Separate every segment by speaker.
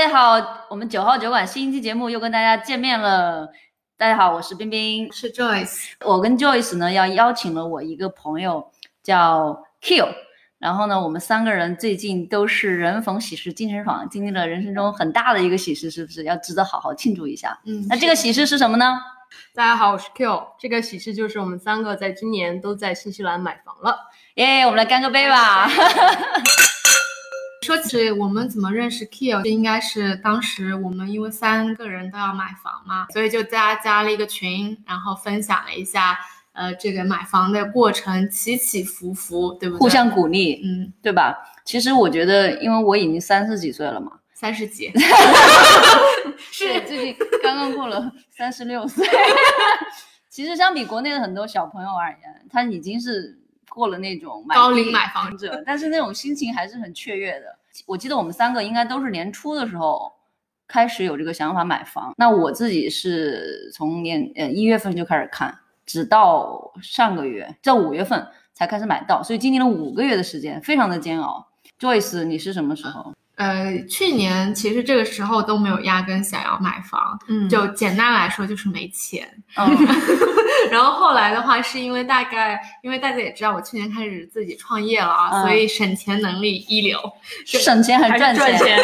Speaker 1: 家好，我们九号酒馆新一期节目又跟大家见面了。大家好，我是冰冰。
Speaker 2: 是 Joyce，
Speaker 1: 我跟 Joyce 呢，要邀请了我一个朋友叫 Kill，然后呢，我们三个人最近都是人逢喜事精神爽，经历了人生中很大的一个喜事，是不是要值得好好庆祝一下？
Speaker 2: 嗯
Speaker 1: 那这个喜事是什么呢？
Speaker 3: 大家好，我是 Q。这个喜事就是我们三个在今年都在新西兰买房了。
Speaker 1: 耶、我们来干个杯吧！
Speaker 2: 说起我们怎么认识 Kill，应该是当时我们因为三个人都要买房嘛，所以就大家加了一个群，然后分享了一下呃这个买房的过程起起伏伏，对不对？
Speaker 1: 互相鼓励，
Speaker 2: 嗯，
Speaker 1: 对吧？其实我觉得，因为我已经三十几岁了嘛，
Speaker 2: 三 十几，
Speaker 1: 对，最 近刚刚过了三十六岁。 其实相比国内的很多小朋友而言，他已经是过了那种买
Speaker 2: 高
Speaker 1: 地
Speaker 2: 龄买房
Speaker 1: 者，但是那种心情还是很雀跃的。我记得我们三个应该都是年初的时候开始有这个想法买房。那我自己是从年呃一月份就开始看，直到上个月到五月份才开始买到，所以经历了五个月的时间，非常的煎熬。Joyce，你是什么时 候？
Speaker 2: 呃，去年其实这个时候都没有压根想要买房，
Speaker 3: 嗯
Speaker 2: 就简单来说就是没钱。
Speaker 1: 嗯，
Speaker 2: 然后后来的话，是因为大概，因为大家也知道，我去年开始自己创业了啊，
Speaker 1: 嗯
Speaker 2: 所以省钱能力一流，
Speaker 1: 省钱还是赚
Speaker 3: 还是赚
Speaker 1: 钱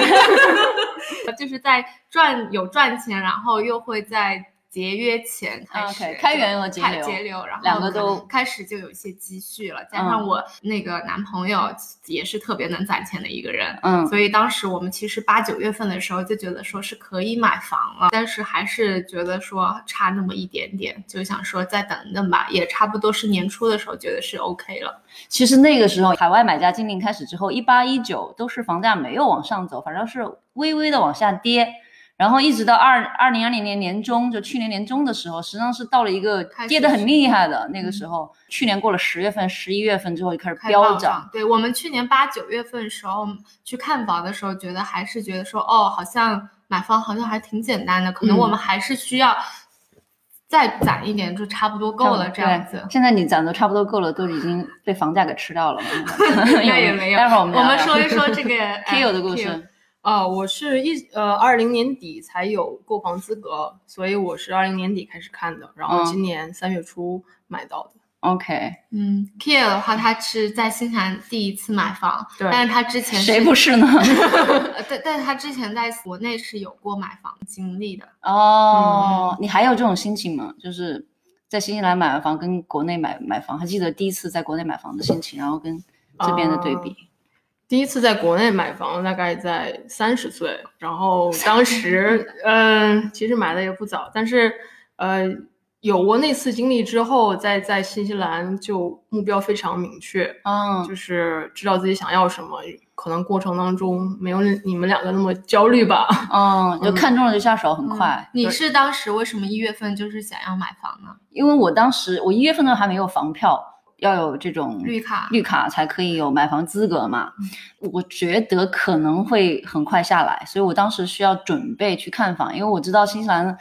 Speaker 2: 就是在赚有赚钱，然后又会在节约钱开始
Speaker 1: OK，开源和节流
Speaker 2: 开节流，然后
Speaker 1: 两个都嗯
Speaker 2: 可能开始就有一些积蓄了，加上我那个男朋友也是特别能攒钱的一个人，
Speaker 1: 嗯，
Speaker 2: 所以当时我们其实八九月份的时候就觉得说是可以买房了，但是还是觉得说差那么一点点，就想说再等一等吧，也差不多是年初的时候觉得是 OK 了。
Speaker 1: 其实那个时候，海外买家禁令开始之后，一八一九都是房价没有往上走，反正是微微的往下跌。然后一直到二二零二零年年中，就去年年中的时候，实际上是到了一个
Speaker 2: 开始嗯
Speaker 1: 跌得很厉害的那个时候。去年过了十月份、十一月份之后就开始
Speaker 2: 开始
Speaker 1: 飙
Speaker 2: 暴
Speaker 1: 涨。
Speaker 2: 涨，对我们去年八九月份的时候去看房的时候，觉得还是觉得说哦，好像买房好像还挺简单的，可能
Speaker 1: 嗯
Speaker 2: 我们还是需要再攒一点，就差不多够了这样子
Speaker 1: 对。现在你攒的差不多够了，都已经被房价给吃掉 了嘛。
Speaker 2: 应该也没有，
Speaker 1: 待会儿我
Speaker 2: 我
Speaker 1: 们聊
Speaker 2: 们
Speaker 1: 聊
Speaker 2: 说一说 这个
Speaker 1: K.O. 的故事。
Speaker 2: 呃
Speaker 3: 啊、我是一呃二零年底才有购房资格，所以我是二零年底开始看的，然后
Speaker 1: 嗯
Speaker 3: 今年三月初买到的。
Speaker 1: OK，
Speaker 2: 嗯，Kill 的话，他是在新西兰第一次买房，
Speaker 3: 对
Speaker 2: 但是他之前是
Speaker 1: 谁不是呢？
Speaker 2: 呃但但是他之前在国内是有过买房经历的，
Speaker 1: 哦，
Speaker 2: 嗯
Speaker 1: 你还有这种心情吗？就是在新西兰买完房跟国内买买房，还记得第一次在国内买房的心情，然后跟这边的对比。
Speaker 3: 第一次在国内买房，大概在三十岁，然后当时，嗯、其实买的也不早，但是，呃，有过那次经历之后，在在新西兰就目标非常明确，
Speaker 2: 哦
Speaker 1: 嗯
Speaker 3: 就是知道自己想要什么，可能过程当中没有你们两个那么焦虑吧。
Speaker 1: 嗯，就看中了就下手，很
Speaker 2: 嗯
Speaker 1: 快。
Speaker 2: 你是当时为什么一月份就是想要买房呢？
Speaker 1: 因为我当时我一月份的时候还没有房票，要有这种
Speaker 2: 绿卡，嗯
Speaker 1: 绿卡才可以有买房资格嘛。我觉得可能会很快下来，所以我当时需要准备去看房，因为我知道新西兰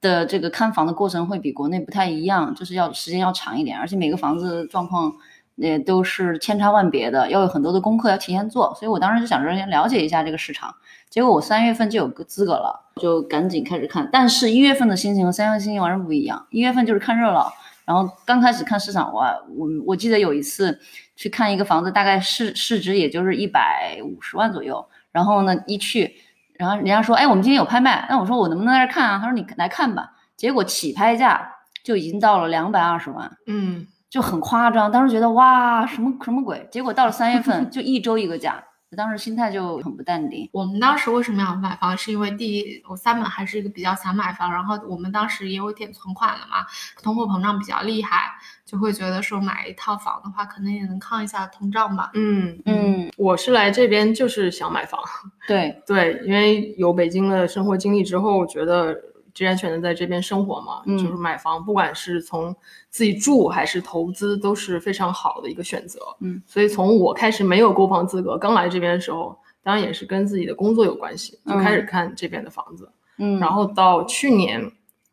Speaker 1: 的这个看房的过程会比国内不太一样，就是要时间要长一点，而且每个房子的状况。也都是千差万别的，要有很多的功课要提前做，所以我当时就想着先了解一下这个市场。结果我三月份就有个资格了，就赶紧开始看。但是，一月份的心情和三月份心情完全不一样。一月份就是看热闹，然后刚开始看市场，我我我记得有一次去看一个房子，大概市市值也就是一百五十万左右。然后呢，一去，然后人家说，哎，我们今天有拍卖，那我说我能不能在这儿看啊？他说你来看吧。结果起拍价就已经到了两百二十万，
Speaker 3: 嗯，
Speaker 1: 就很夸张。当时觉得哇，什么什么鬼？结果到了三月份就一周一个价，当时心态就很不淡定。
Speaker 2: 我们当时为什么要买房？是因为第一，我三本还是一个比较想买房，然后我们当时也有点存款了嘛，通货膨胀比较厉害，就会觉得说买一套房的话，可能也能抗一下通胀吧。
Speaker 3: 嗯，
Speaker 1: 嗯，
Speaker 3: 我是来这边就是想买房，
Speaker 1: 对，
Speaker 3: 对，因为有北京的生活经历之后，觉得既然选择在这边生活嘛，
Speaker 1: 嗯
Speaker 3: 就是买房，不管是从自己住还是投资，都是非常好的一个选择。
Speaker 1: 嗯，
Speaker 3: 所以从我开始没有购房资格，刚来这边的时候，当然也是跟自己的工作有关系，就开始看这边的房子。
Speaker 1: 嗯，
Speaker 3: 然后到去年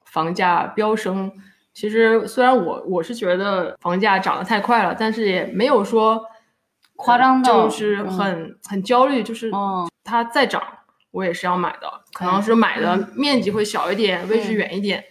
Speaker 3: 房价飙升，其实虽然我我是觉得房价涨得太快了，但是也没有说
Speaker 1: 夸张到
Speaker 3: 就是
Speaker 1: 嗯
Speaker 3: 很、很焦虑，就是
Speaker 1: 哦
Speaker 3: 它再涨。我也是要买的，
Speaker 1: 嗯
Speaker 3: 可能是买的面积会小一点，位置远一点。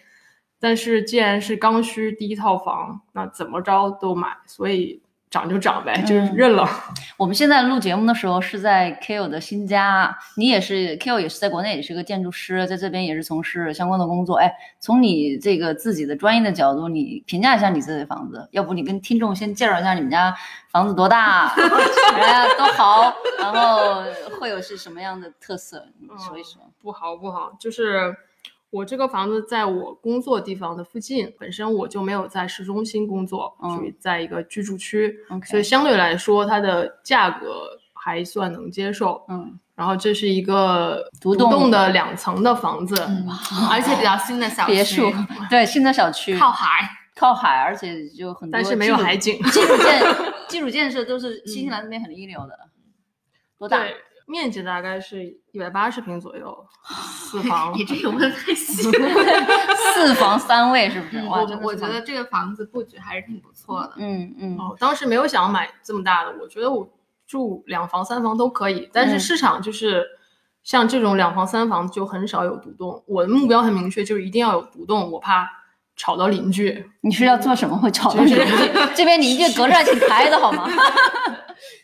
Speaker 3: 但是既然是刚需第一套房，那怎么着都买，所以涨就涨呗，就是
Speaker 1: 嗯
Speaker 3: 认了。
Speaker 1: 我们现在录节目的时候是在 Ko 的新家，你也是 Ko 也是在国内也是个建筑师，在这边也是从事相关的工作。哎，从你这个自己的专业的角度，你评价一下你自己的房子，要不你跟听众先介绍一下你们家房子多大， 哎呀多豪，然后会有是什么样的特色，你说一说。
Speaker 3: 不好不好，就是我这个房子在我工作地方的附近，本身我就没有在市中心工作，
Speaker 1: 嗯
Speaker 3: 属于在一个居住区，所
Speaker 1: OK，
Speaker 3: 以相对来说它的价格还算能接受。
Speaker 1: 嗯，
Speaker 3: 然后这是一个
Speaker 1: 独栋
Speaker 3: 栋的两层的房子，
Speaker 2: 嗯，而且比较新的小区，
Speaker 1: 别墅，对，新的小区
Speaker 2: 靠海，
Speaker 1: 靠海，而且就很多
Speaker 3: 但
Speaker 1: 基础，
Speaker 3: 是没有海景。
Speaker 1: 基础建基础建设都是新西兰那边很一流的，多大？
Speaker 3: 嗯对，面积大概是一百八十平左 右，四房
Speaker 2: 你。这个问太细。
Speaker 1: 四房三卫是不是？
Speaker 2: 嗯，
Speaker 1: 哇，
Speaker 2: 我
Speaker 1: 真的是
Speaker 2: 我觉
Speaker 1: 房
Speaker 2: 得，这个房子布局还是挺不错的。
Speaker 1: 嗯嗯，
Speaker 3: 哦，当时没有想买这么大的，我觉得我住两房三房都可以，但是
Speaker 1: 嗯
Speaker 3: 市场就是像这种两房三房就很少有独栋。我的目标很明确，就是一定要有独栋，我怕吵到邻居。
Speaker 1: 你是要做什么会吵到
Speaker 3: 就是
Speaker 1: 邻居？这边邻居隔着还挺开的好吗？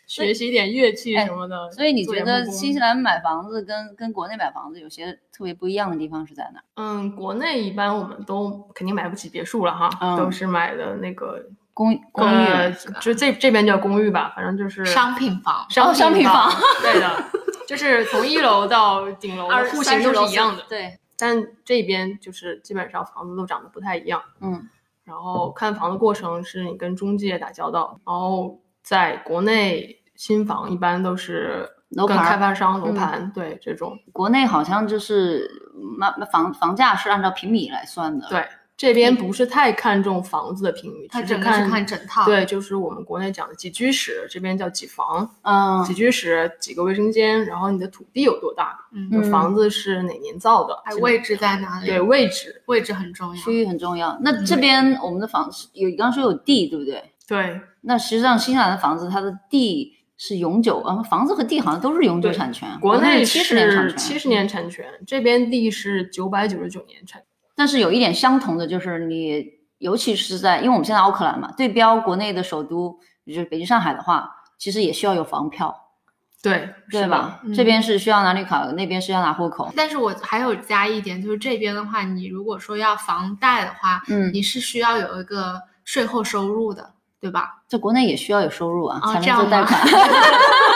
Speaker 3: 学习一点乐器
Speaker 1: 哎
Speaker 3: 什么的。
Speaker 1: 所以你
Speaker 3: 做
Speaker 1: 觉
Speaker 3: 点
Speaker 1: 得
Speaker 3: 木工
Speaker 1: 新西兰买房子跟跟国内买房子有些特别不一样的地方是在哪？
Speaker 3: 嗯，国内一般我们都肯定买不起别墅了哈，
Speaker 1: 嗯
Speaker 3: 都是买的那个
Speaker 1: 公公寓，
Speaker 3: 呃就这这边叫公寓吧，反正就是
Speaker 2: 商品房，
Speaker 1: 哦商品
Speaker 3: 房
Speaker 1: 房，
Speaker 3: 对的，就是从一楼到顶楼的户型都是一样的，
Speaker 1: 对，
Speaker 3: 但这边就是基本上房子都长得不太一样。
Speaker 1: 嗯
Speaker 3: 然后看房的过程是你跟中介打交道，然后在国内新房一般都是
Speaker 1: 楼
Speaker 3: 跟
Speaker 1: 盘儿
Speaker 3: 开发商楼
Speaker 1: 嗯
Speaker 3: 盘、对这种，
Speaker 1: 国内好像就是那那房房价是按照平米来算的，
Speaker 3: 对这边不是太看重房子的平
Speaker 2: 呃
Speaker 3: 米，
Speaker 2: 嗯它
Speaker 3: 只是
Speaker 2: 整个是
Speaker 3: 看
Speaker 2: 看整套。
Speaker 3: 对，就是我们国内讲的几居室，这边叫几房，
Speaker 1: 嗯
Speaker 3: 几居室几个卫生间，然后你的土地有多大，你
Speaker 2: 嗯，
Speaker 3: 的房子是哪年造的，
Speaker 2: 还
Speaker 3: 这
Speaker 2: 有
Speaker 3: 个
Speaker 2: 位置在哪里？
Speaker 3: 对位置，
Speaker 2: 位置很重要。
Speaker 1: 区域很重要。
Speaker 3: 嗯
Speaker 1: 那这边我们的房子有，你刚刚说有地，对不对？
Speaker 3: 对
Speaker 1: 那实际上新西兰的房子，它的地是永久，啊，房子和地好像都是永久
Speaker 3: 对
Speaker 1: 产权，
Speaker 3: 国内
Speaker 1: 内七十年产
Speaker 3: 是
Speaker 1: 权，
Speaker 3: 七十年产权，这边地是九百九十九年产权。
Speaker 1: 但是有一点相同的就是你，尤其是在，因为我们现在奥克兰嘛，对标国内的首都，就是北京、上海的话，其实也需要有房票，
Speaker 3: 对，
Speaker 1: 对
Speaker 3: 是
Speaker 1: 吧？
Speaker 2: 嗯
Speaker 1: 这边是需要拿绿卡，那边是要拿户口。
Speaker 2: 但是我还有加一点，就是这边的话，你如果说要房贷的话，
Speaker 1: 嗯，
Speaker 2: 你是需要有一个税后收入的，对吧？
Speaker 1: 在国内也需要有收入啊，
Speaker 2: 哦
Speaker 1: 才能
Speaker 2: 这样
Speaker 1: 做贷
Speaker 2: 吗
Speaker 1: 款。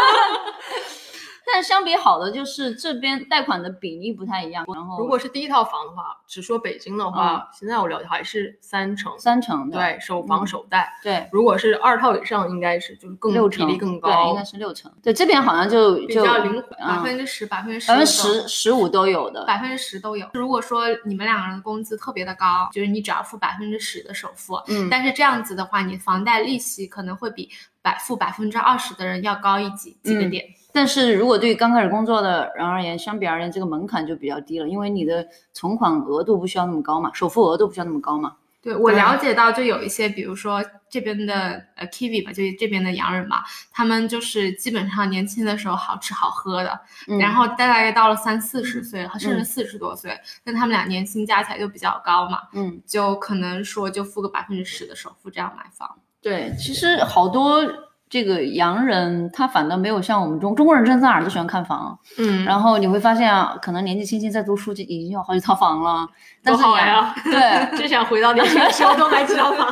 Speaker 1: 但相比好的就是这边贷款的比例不太一样，然后
Speaker 3: 嗯如果是第一套房的话，只说北京的话，现在我了解还是三成，
Speaker 1: 嗯三成的，
Speaker 3: 对，首房
Speaker 1: 嗯
Speaker 3: 首贷。
Speaker 1: 对
Speaker 3: 如果是二套以上，应该是就是更
Speaker 1: 六
Speaker 3: 比
Speaker 1: 成
Speaker 3: 例更
Speaker 1: 对，应
Speaker 3: 高
Speaker 1: 该。是六成。对，这边好像就
Speaker 2: 比
Speaker 1: 就
Speaker 2: 较灵活，
Speaker 1: 嗯
Speaker 2: 百分之十、百分之十、
Speaker 1: 百分之十、十五都有的，
Speaker 2: 百分之十都有。如果说你们两个人的工资特别的高，就是你只要付百分之十的首付，
Speaker 1: 嗯，
Speaker 2: 但是这样子的话，你房贷利息可能会比百付百分之二十的人要高一几几个
Speaker 1: 嗯
Speaker 2: 点。
Speaker 1: 但是如果对于刚开始工作的人而言，相比而言，这个门槛就比较低了，因为你的存款额度不需要那么高嘛，首付额度不需要那么高嘛。
Speaker 2: 对我
Speaker 3: 对
Speaker 2: 了解到，就有一些，比如说这边的呃 Kiwi 吧，就是这边的洋人嘛，他们就是基本上年轻的时候好吃好喝的，
Speaker 1: 嗯、
Speaker 2: 然后大概到了三四十岁，甚至四十多岁，那他们俩年薪加起来就比较高嘛，
Speaker 1: 嗯，
Speaker 2: 就可能说就付个百分之十的首付这样买房。
Speaker 1: 对，其实好多这个洋人他反倒没有像我们中中国人，真在哪儿都喜欢看房，
Speaker 3: 嗯，
Speaker 1: 然后你会发现啊，可能年纪轻轻在读书就已经有好几套房了，但
Speaker 3: 多
Speaker 1: 是
Speaker 3: 好
Speaker 1: 洋
Speaker 3: 呀！
Speaker 1: 对，
Speaker 3: 真想回到年 轻的时候都买几套房。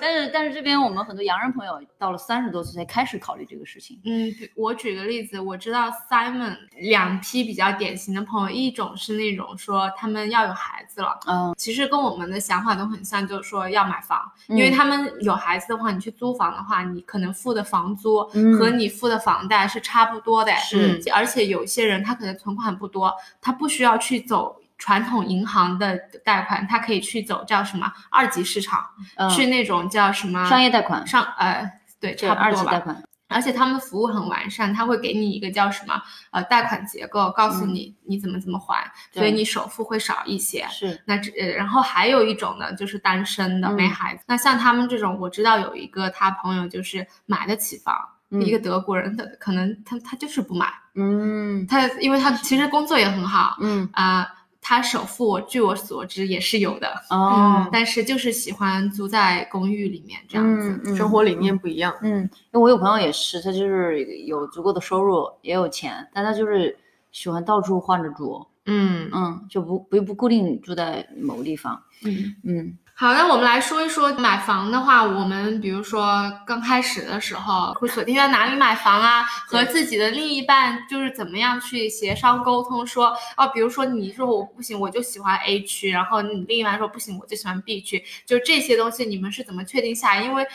Speaker 1: 但是但是这边我们很多洋人朋友到了三十多岁才开始考虑这个事情。
Speaker 2: 嗯，比我举个例子，我知道 Simon 两批比较典型的朋友，一种是那种说他们要有孩子了，
Speaker 1: 嗯，
Speaker 2: 其实跟我们的想法都很像，就是说要买房，因
Speaker 1: 嗯
Speaker 2: 为他们有孩子的话，你去租房的话，你可能付的房租
Speaker 1: 嗯
Speaker 2: 和你付的房贷是差不多的，
Speaker 3: 是
Speaker 2: 而且有些人他可能存款不多，他不需要去走。传统银行的贷款，他可以去走叫什么二级市场，
Speaker 1: 嗯
Speaker 2: 去那种叫什么
Speaker 1: 商业贷款，
Speaker 2: 上呃对，
Speaker 1: 对
Speaker 2: 差
Speaker 1: 二
Speaker 2: 不多
Speaker 1: 级
Speaker 2: 吧。
Speaker 1: 贷款，
Speaker 2: 而且他们服务很完善，他会给你一个叫什么呃贷款结构，告诉你你怎么怎么还，
Speaker 1: 嗯对
Speaker 2: 所以你首付会少一些。
Speaker 1: 是
Speaker 2: 那这呃然后还有一种呢，就是单身的
Speaker 1: 嗯
Speaker 2: 没孩子。那像他们这种，我知道有一个他朋友就是买得起房，
Speaker 3: 嗯
Speaker 2: 一个德国人，他可能他他就是不买，
Speaker 3: 嗯
Speaker 2: 他因为他其实工作也很好
Speaker 3: 嗯
Speaker 2: 啊、他首付我据我所知也是有的，
Speaker 1: 哦，
Speaker 2: 但是就是喜欢租在公寓里面这样子。
Speaker 1: 嗯嗯
Speaker 3: 生活理念不一样。
Speaker 1: 嗯，因为我有朋友也是，他就是有足够的收入，也有钱，但他就是喜欢到处换着住，
Speaker 2: 嗯
Speaker 1: 嗯，就不不不固定住在某个地方，
Speaker 2: 嗯，
Speaker 1: 嗯
Speaker 2: 好，那我们来说一说买房的话，我们比如说刚开始的时候会锁定在哪里买房啊，和
Speaker 1: 对
Speaker 2: 自己的另一半就是怎么样去协商沟通说，哦，比如说你说我不行，我就喜欢 A 区，然后你另一半说不行，我就喜欢 B 区，就这些东西你们是怎么确定下来？因为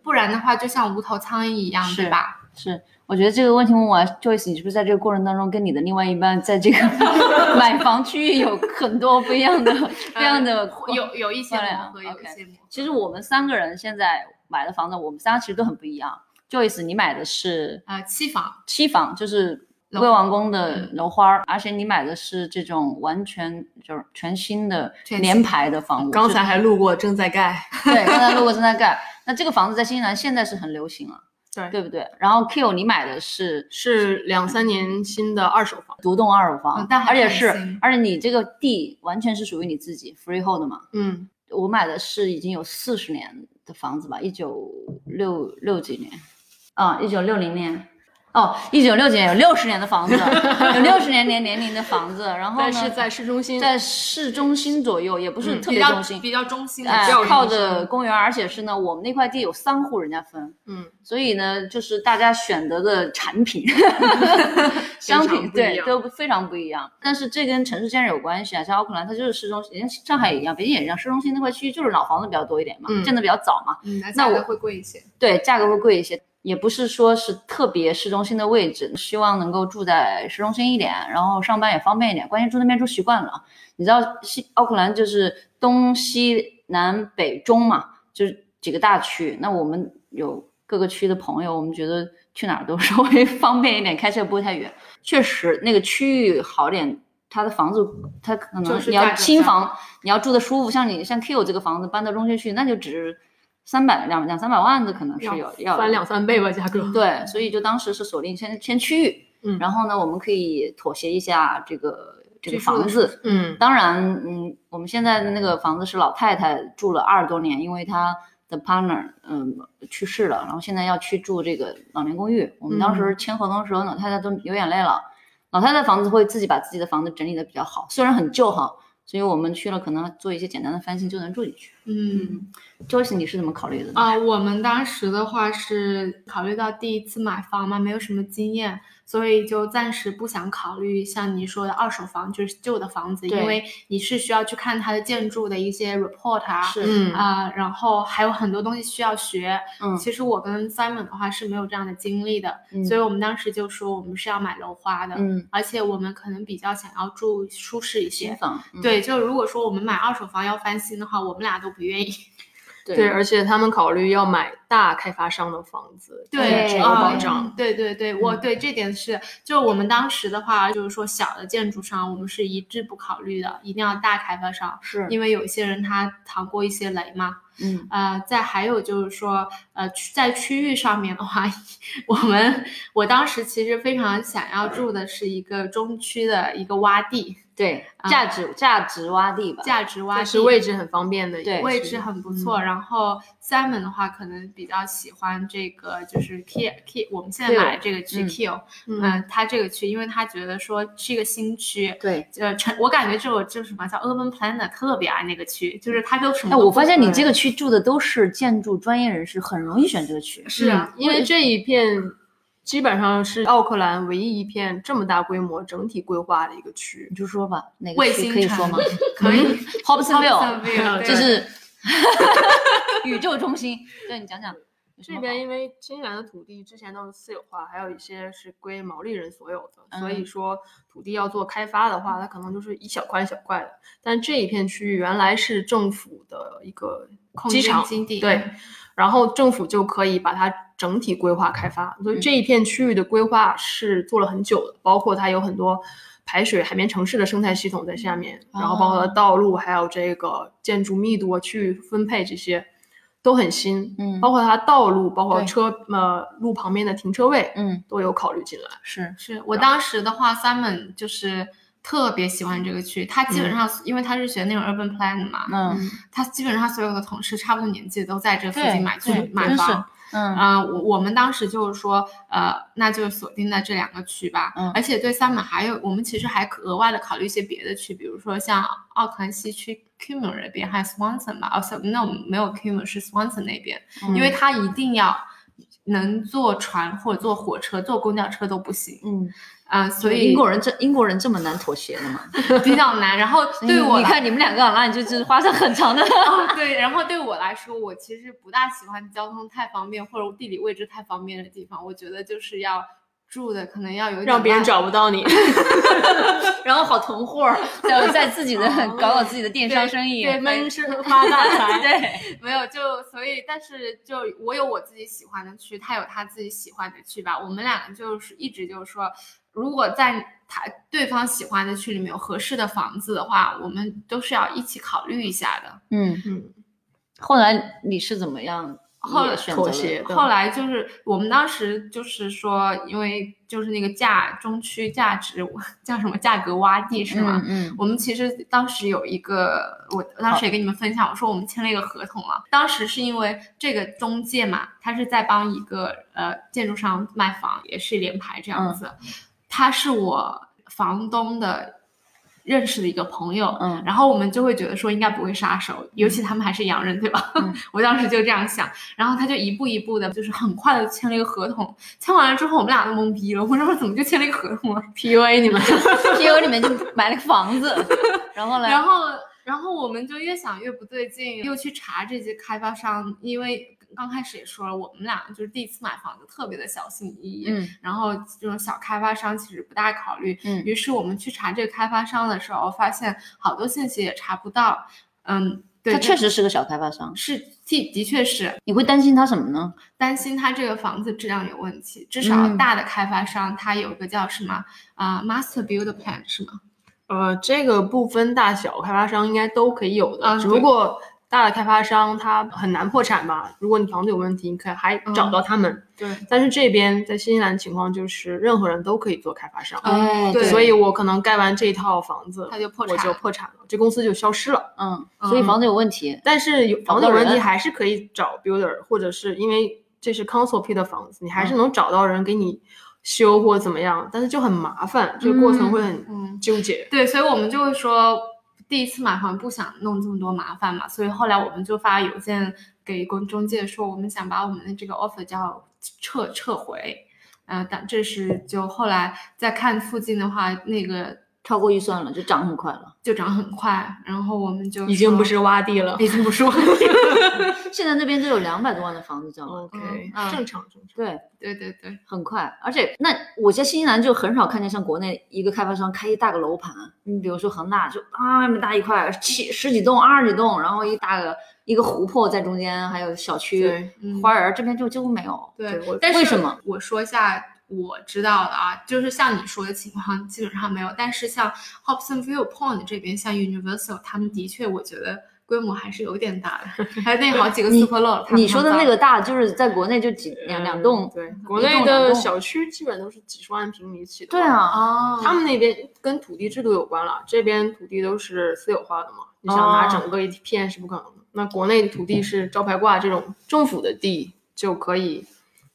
Speaker 2: 不然的话，就像无头苍蝇一样，
Speaker 1: 是
Speaker 2: 对吧？
Speaker 1: 是。我觉得这个问题问完，Joyce，你是不是在这个过程当中跟你的另外一半在这个 买房区域有很多不一样的、不一样的
Speaker 2: 呃嗯有有一些
Speaker 1: 漂
Speaker 2: 磨
Speaker 1: 亮
Speaker 2: 合，有一
Speaker 1: OK
Speaker 2: 些磨合。
Speaker 1: 其实我们三个人现在买的房子，我们仨其实都很不一样。Joyce，你买的是
Speaker 2: 呃，期房
Speaker 1: 期房，就是
Speaker 2: 楼
Speaker 1: 魏王宫的
Speaker 2: 嗯
Speaker 1: 楼花儿，而且你买的是这种完全就是全新的
Speaker 2: 全新啊
Speaker 1: 联排的房屋。
Speaker 3: 刚才还路过，正在盖。
Speaker 1: 就对，刚才路过正在盖。那这个房子在新西兰现在是很流行了，
Speaker 3: 对
Speaker 1: 对不对？然后 Q，你买的是
Speaker 3: 是两三年新的二手房。
Speaker 1: 独栋二
Speaker 2: 嗯
Speaker 1: 房，
Speaker 2: 但还
Speaker 1: 而且
Speaker 2: 很
Speaker 1: 是
Speaker 2: 新
Speaker 1: 而且你这个地完全是属于你自己 freehold 的嘛？
Speaker 3: 嗯，
Speaker 1: 我买的是已经有四十年的房子吧，一九六六几年，啊，一九六零年，哦，一九六几年有六十年的房子， 有六十年年年龄的房子，然后呢，
Speaker 3: 但是在市中心。
Speaker 1: 在市中心左右，也不是
Speaker 3: 嗯
Speaker 1: 特
Speaker 2: 比
Speaker 1: 别
Speaker 2: 较
Speaker 1: 中心，
Speaker 2: 比较中心的
Speaker 1: 哎
Speaker 2: 教育，
Speaker 1: 靠着公园，而且是呢，我们那块地有三户人家分，
Speaker 3: 嗯，
Speaker 1: 所以呢，就是大家选择的产 品、商品
Speaker 3: 非常不一样
Speaker 1: 对都非常不一样。但是这跟城市建设有关系啊，像奥克兰它就是市中心，上海也一样，北京也一样，市中心那块区域就是老房子比较多一点嘛，
Speaker 3: 嗯
Speaker 1: 建的比较早嘛，
Speaker 2: 嗯，那
Speaker 1: 那
Speaker 2: 价格
Speaker 1: 我
Speaker 2: 会贵一些。
Speaker 1: 对，价格会贵一些。也不是说是特别市中心的位置，希望能够住在市中心一点，然后上班也方便一点。关键住那边住习惯了，你知道西奥克兰就是东西南北中嘛，就是几个大区。那我们有各个区的朋友，我们觉得去哪儿都 稍微方便一点，开车也不会太远。确实，那个区域好点，它的房子它可
Speaker 2: 就
Speaker 1: 能
Speaker 2: 是
Speaker 1: 你
Speaker 2: 价
Speaker 1: 要
Speaker 2: 格
Speaker 1: 新
Speaker 2: 战
Speaker 1: 房，你要住的舒服，像你像 Q 这个房子搬到中心去，那就值三百两两三百万的可能是有要
Speaker 3: 翻两三倍吧，价格。
Speaker 1: 对，所以就当时是锁定先先区域，
Speaker 3: 嗯
Speaker 1: 然后呢，我们可以妥协一下这个这个
Speaker 2: 居住的
Speaker 1: 房子。
Speaker 3: 嗯
Speaker 1: 当然，嗯，我们现在的那个房子是老太太住了二十多年，因为她的 partner 嗯去世了，然后现在要去住这个老年公寓。我们当
Speaker 2: 嗯
Speaker 1: 时签合同的时候，老太太都流眼泪了。老太太房子会自己把自己的房子整理的比较好，虽然很旧哈，所以我们去了可能做一些简单的翻新就能住进去。
Speaker 2: 嗯，
Speaker 1: Joyce，你是怎么考虑的呢？
Speaker 2: 啊、我们当时的话是考虑到第一次买房嘛，没有什么经验，所以就暂时不想考虑像你说的二手房，就是旧的房子，因
Speaker 1: 对
Speaker 2: 为你是需要去看它的建筑的一些 report 啊，
Speaker 3: 嗯
Speaker 2: 啊、然后还有很多东西需要学。
Speaker 1: 嗯
Speaker 2: 其实我跟 Simon 的话是没有这样的经历的，
Speaker 1: 嗯
Speaker 2: 所以我们当时就说我们是要买楼花的，
Speaker 1: 嗯，
Speaker 2: 而且我们可能比较想要住舒适一
Speaker 1: 新
Speaker 2: 些。
Speaker 1: 房，嗯
Speaker 2: 对，就如果说我们买二手房要翻新的话，我们俩都不愿意。
Speaker 3: 对，而且他们考虑要买大开发商的房子，
Speaker 2: 对，
Speaker 1: 这
Speaker 3: 有
Speaker 1: 个
Speaker 2: 啊
Speaker 3: 保障。嗯
Speaker 2: 对对对，我对这点是，就我们当时的话，就是说小的建筑商，我们是一致不考虑的，一定要大开发商，
Speaker 1: 是，
Speaker 2: 因为有一些人他扛过一些雷嘛。
Speaker 1: 嗯
Speaker 2: 呃，再还有就是说，呃，区在区域上面的话， 我们我当时其实非常想要住的是一个中区的一个洼地，
Speaker 1: 对
Speaker 2: 啊，
Speaker 1: 价值价值洼地吧，
Speaker 2: 价值洼
Speaker 3: 但
Speaker 2: 地，
Speaker 3: 是位置很方便的，
Speaker 1: 对
Speaker 2: 位置很不错。
Speaker 3: 嗯
Speaker 2: 然后 Simon 的话，可能比较喜欢这个，就是 K K，我们现在
Speaker 1: Kiel，
Speaker 2: 买的这个区
Speaker 1: 嗯
Speaker 2: K，嗯、
Speaker 3: 嗯，
Speaker 2: 他这个区，因为他觉得说是一个新区。
Speaker 1: 对。
Speaker 2: 呃，城，我感觉这种就是什么叫 urban planner 特别啊爱那个区，就是他都什么
Speaker 1: 哎，
Speaker 2: 都不。
Speaker 1: 我发现你这个区住的都是建筑专业人士，很容易选这个区。
Speaker 2: 是啊
Speaker 3: 嗯，因为这一片基本上是奥克兰唯一一片这么大规模整体规划的一个区
Speaker 1: 你。就说吧，哪
Speaker 2: 卫
Speaker 1: 个区
Speaker 2: 星
Speaker 1: 嗯可以
Speaker 2: 城
Speaker 1: 说吗
Speaker 2: 可 以
Speaker 1: ？Hobsonville，
Speaker 2: Hobsonville，
Speaker 1: 就
Speaker 2: 嗯对
Speaker 1: 是宇宙中心。对你讲讲有什么
Speaker 3: 这
Speaker 1: 好
Speaker 3: 边因为新西兰的土地之前都是私有化，还有一些是归毛利人所有的，所以
Speaker 1: 嗯
Speaker 3: 说土地要做开发的话，它可能就是一小块一小块的。但这一片区域原来是政府的一个
Speaker 2: 空
Speaker 3: 机
Speaker 2: 军
Speaker 3: 场，
Speaker 2: 基地，
Speaker 3: 对，嗯然后政府就可以把它整体规划开发。所以
Speaker 1: 嗯
Speaker 3: 这一片区域的规划是做了很久的，包括它有很多排水海绵城市的生态系统在
Speaker 1: 哦
Speaker 3: 下面，然后包括它道路还有这个建筑密度啊、区域分配这些。都很新，
Speaker 1: 嗯
Speaker 3: 包括它道路，包括
Speaker 1: 对
Speaker 3: 车呃路旁边的停车位
Speaker 1: 嗯
Speaker 3: 都有考虑进来。
Speaker 1: 是
Speaker 2: 是我当时的话，Simon 就是特别喜欢这个区，他基本上、因为他是学那种 urban plan 的嘛，
Speaker 1: 嗯
Speaker 2: 他基本上所有的同事差不多年纪都在这附
Speaker 1: 对
Speaker 2: 近买
Speaker 1: 对
Speaker 2: 去买
Speaker 1: 真是
Speaker 2: 房。
Speaker 1: 嗯
Speaker 2: 啊、我我们当时就是说，呃，那就锁定在这两个区吧。
Speaker 1: 嗯
Speaker 2: 而且对三门还有，我们其实还可额外的考虑一些别的区，比如说像奥克兰西区 Cumul 那边，还有 Swanson 吧。哦，sorry，那我们没有 Cumul，是 Swanson 那边，
Speaker 1: 嗯
Speaker 2: 因为它一定要能坐船或者坐火车、坐公交车都不行
Speaker 3: 嗯，
Speaker 2: 啊、所以
Speaker 1: 英国人这英国人这么难妥协的吗？
Speaker 2: 比较难。然 后对我
Speaker 1: 你
Speaker 2: 来
Speaker 1: 看你们两个啊，那你就就是花上很长的。
Speaker 2: 哦， 对，然后对我来说，我其实不大喜欢交通太方便或者地理位置太方便的地方。我觉得就是要住的可能要有一点
Speaker 3: 让别人
Speaker 2: 慢
Speaker 3: 找不到你。
Speaker 1: 然后好囤货儿，在在自己的
Speaker 3: 哦
Speaker 1: 搞搞自己的电商生意。啊
Speaker 2: 对
Speaker 3: 闷吃发 大财。
Speaker 1: 对，
Speaker 2: 没有就所以，但是就我有我自己喜欢的区，他有他自己喜欢的区吧。我们两个就是一直就是说，如果在他对方喜欢的区里面有合适的房子的话，我们都是要一起考虑一下的。
Speaker 1: 嗯。
Speaker 3: 嗯，
Speaker 1: 后来你是怎么样？
Speaker 2: 后来
Speaker 1: 也选择了
Speaker 3: 妥协对
Speaker 2: 后来就是我们当时就是说，因为就是那个价中区价值叫什么价格洼地是吗？
Speaker 1: 嗯嗯
Speaker 2: 我们其实当时有一个，我当时也跟你们分享，我说我们签了一个合同了。当时是因为这个中介嘛，他是在帮一个呃建筑商卖房，也是联排这样
Speaker 1: 嗯
Speaker 2: 子。他是我房东的认识的一个朋友，
Speaker 1: 嗯
Speaker 2: 然后我们就会觉得说应该不会杀手，尤其他们还是洋人，对吧？
Speaker 1: 嗯
Speaker 2: 我当时就这样想，然后他就一步一步的，就是很快的签了一个合同。签完了之后，我们俩都懵逼了，我说怎么就签了一个合同啊了？
Speaker 3: PUA 你们，
Speaker 1: ，PU 里面就买了个房子，然后
Speaker 2: 然
Speaker 1: 呢？
Speaker 2: 后，然后我们就越想越不对劲，又去查这些开发商，因为刚开始也说了，我们俩就是第一次买房子，特别的小心翼翼。
Speaker 1: 嗯
Speaker 2: 然后这种小开发商其实不大考虑，
Speaker 1: 嗯
Speaker 2: 于是我们去查这个开发商的时候，发现好多信息也查不到。嗯，对，
Speaker 1: 他
Speaker 2: 就
Speaker 1: 确实是个小开发商，
Speaker 2: 是，的的确是，
Speaker 1: 你会担心他什么呢？
Speaker 2: 担心他这个房子质量有问题，至少
Speaker 1: 嗯
Speaker 2: 大的开发商他有个叫什么啊、master build plan 是吗？
Speaker 3: 呃，这个不分大小，开发商应该都可以有的，
Speaker 2: 嗯
Speaker 3: 只不过大的开发商他很难破产吧？如果你房子有问题，你可以还
Speaker 2: 嗯
Speaker 3: 找到他们。
Speaker 2: 对，
Speaker 3: 但是这边在新西兰情况就是，任何人都可以做开发商。
Speaker 2: 嗯
Speaker 1: 哎，
Speaker 2: 对
Speaker 3: 所以我可能盖完这套房子，
Speaker 2: 他就破
Speaker 3: 我
Speaker 2: 产
Speaker 3: 就破产了，这公司就消失了。
Speaker 1: 嗯，所以
Speaker 2: 嗯
Speaker 1: 房子有问题，
Speaker 3: 但是有
Speaker 1: 找
Speaker 3: 房
Speaker 1: 不
Speaker 3: 子
Speaker 1: 到
Speaker 3: 有问题
Speaker 1: 人
Speaker 3: 还是可以找 builder，或者是因为这是 council 批的房子，你还是
Speaker 2: 嗯
Speaker 3: 能找到人给你修或怎么样，但是就很麻烦，这个过程会
Speaker 2: 嗯
Speaker 3: 很纠结。
Speaker 2: 对，所以我们就会说，第一次买房不想弄这么多麻烦嘛，所以后来我们就发邮件给公中介说，我们想把我们的这个 offer 叫撤撤回。呃，但这是就后来再看附近的话，那个
Speaker 1: 超过预算了，就涨很快了。
Speaker 2: 就涨很快，然后我们就
Speaker 3: 已经
Speaker 2: 说
Speaker 3: 不是洼地了。
Speaker 2: 已经不是问 题了。
Speaker 1: 现在那边都有两百多万的房子，知道吗？
Speaker 3: OK，
Speaker 2: 嗯
Speaker 3: 正常正常。
Speaker 1: 对，
Speaker 2: 对对对，
Speaker 1: 很快，而且那我在新西兰就很少看见像国内一个开发商开一大个楼盘，你比如说恒大就啊那么大一块，七十几栋、二十几栋，然后一大个一个湖泊在中间，还有小区、
Speaker 3: 对
Speaker 2: 嗯，
Speaker 1: 花园，这边就几乎没有。
Speaker 2: 对，
Speaker 3: 我
Speaker 2: 但是
Speaker 1: 为什么？
Speaker 2: 我说一下我知道的啊，就是像你说的情况基本上没有，但是像 Hobson Viewpoint 这边，像 Universal 他们的确，我觉得规模还是有点大 的，还有那好几个
Speaker 1: 你
Speaker 2: Super Lot。
Speaker 1: 你说的那个大就是在国内就几两两栋
Speaker 3: 嗯，对，国
Speaker 1: 一栋两
Speaker 3: 内的
Speaker 1: 栋
Speaker 3: 小区基本都是几十万平米起的。
Speaker 1: 对，啊，
Speaker 2: 哦，
Speaker 3: 他们那边跟土地制度有关了，这边土地都是私有化的嘛，你想
Speaker 1: 哦
Speaker 3: 拿整个一片是不可能的。那国内土地是招牌挂这种政府的地就可以，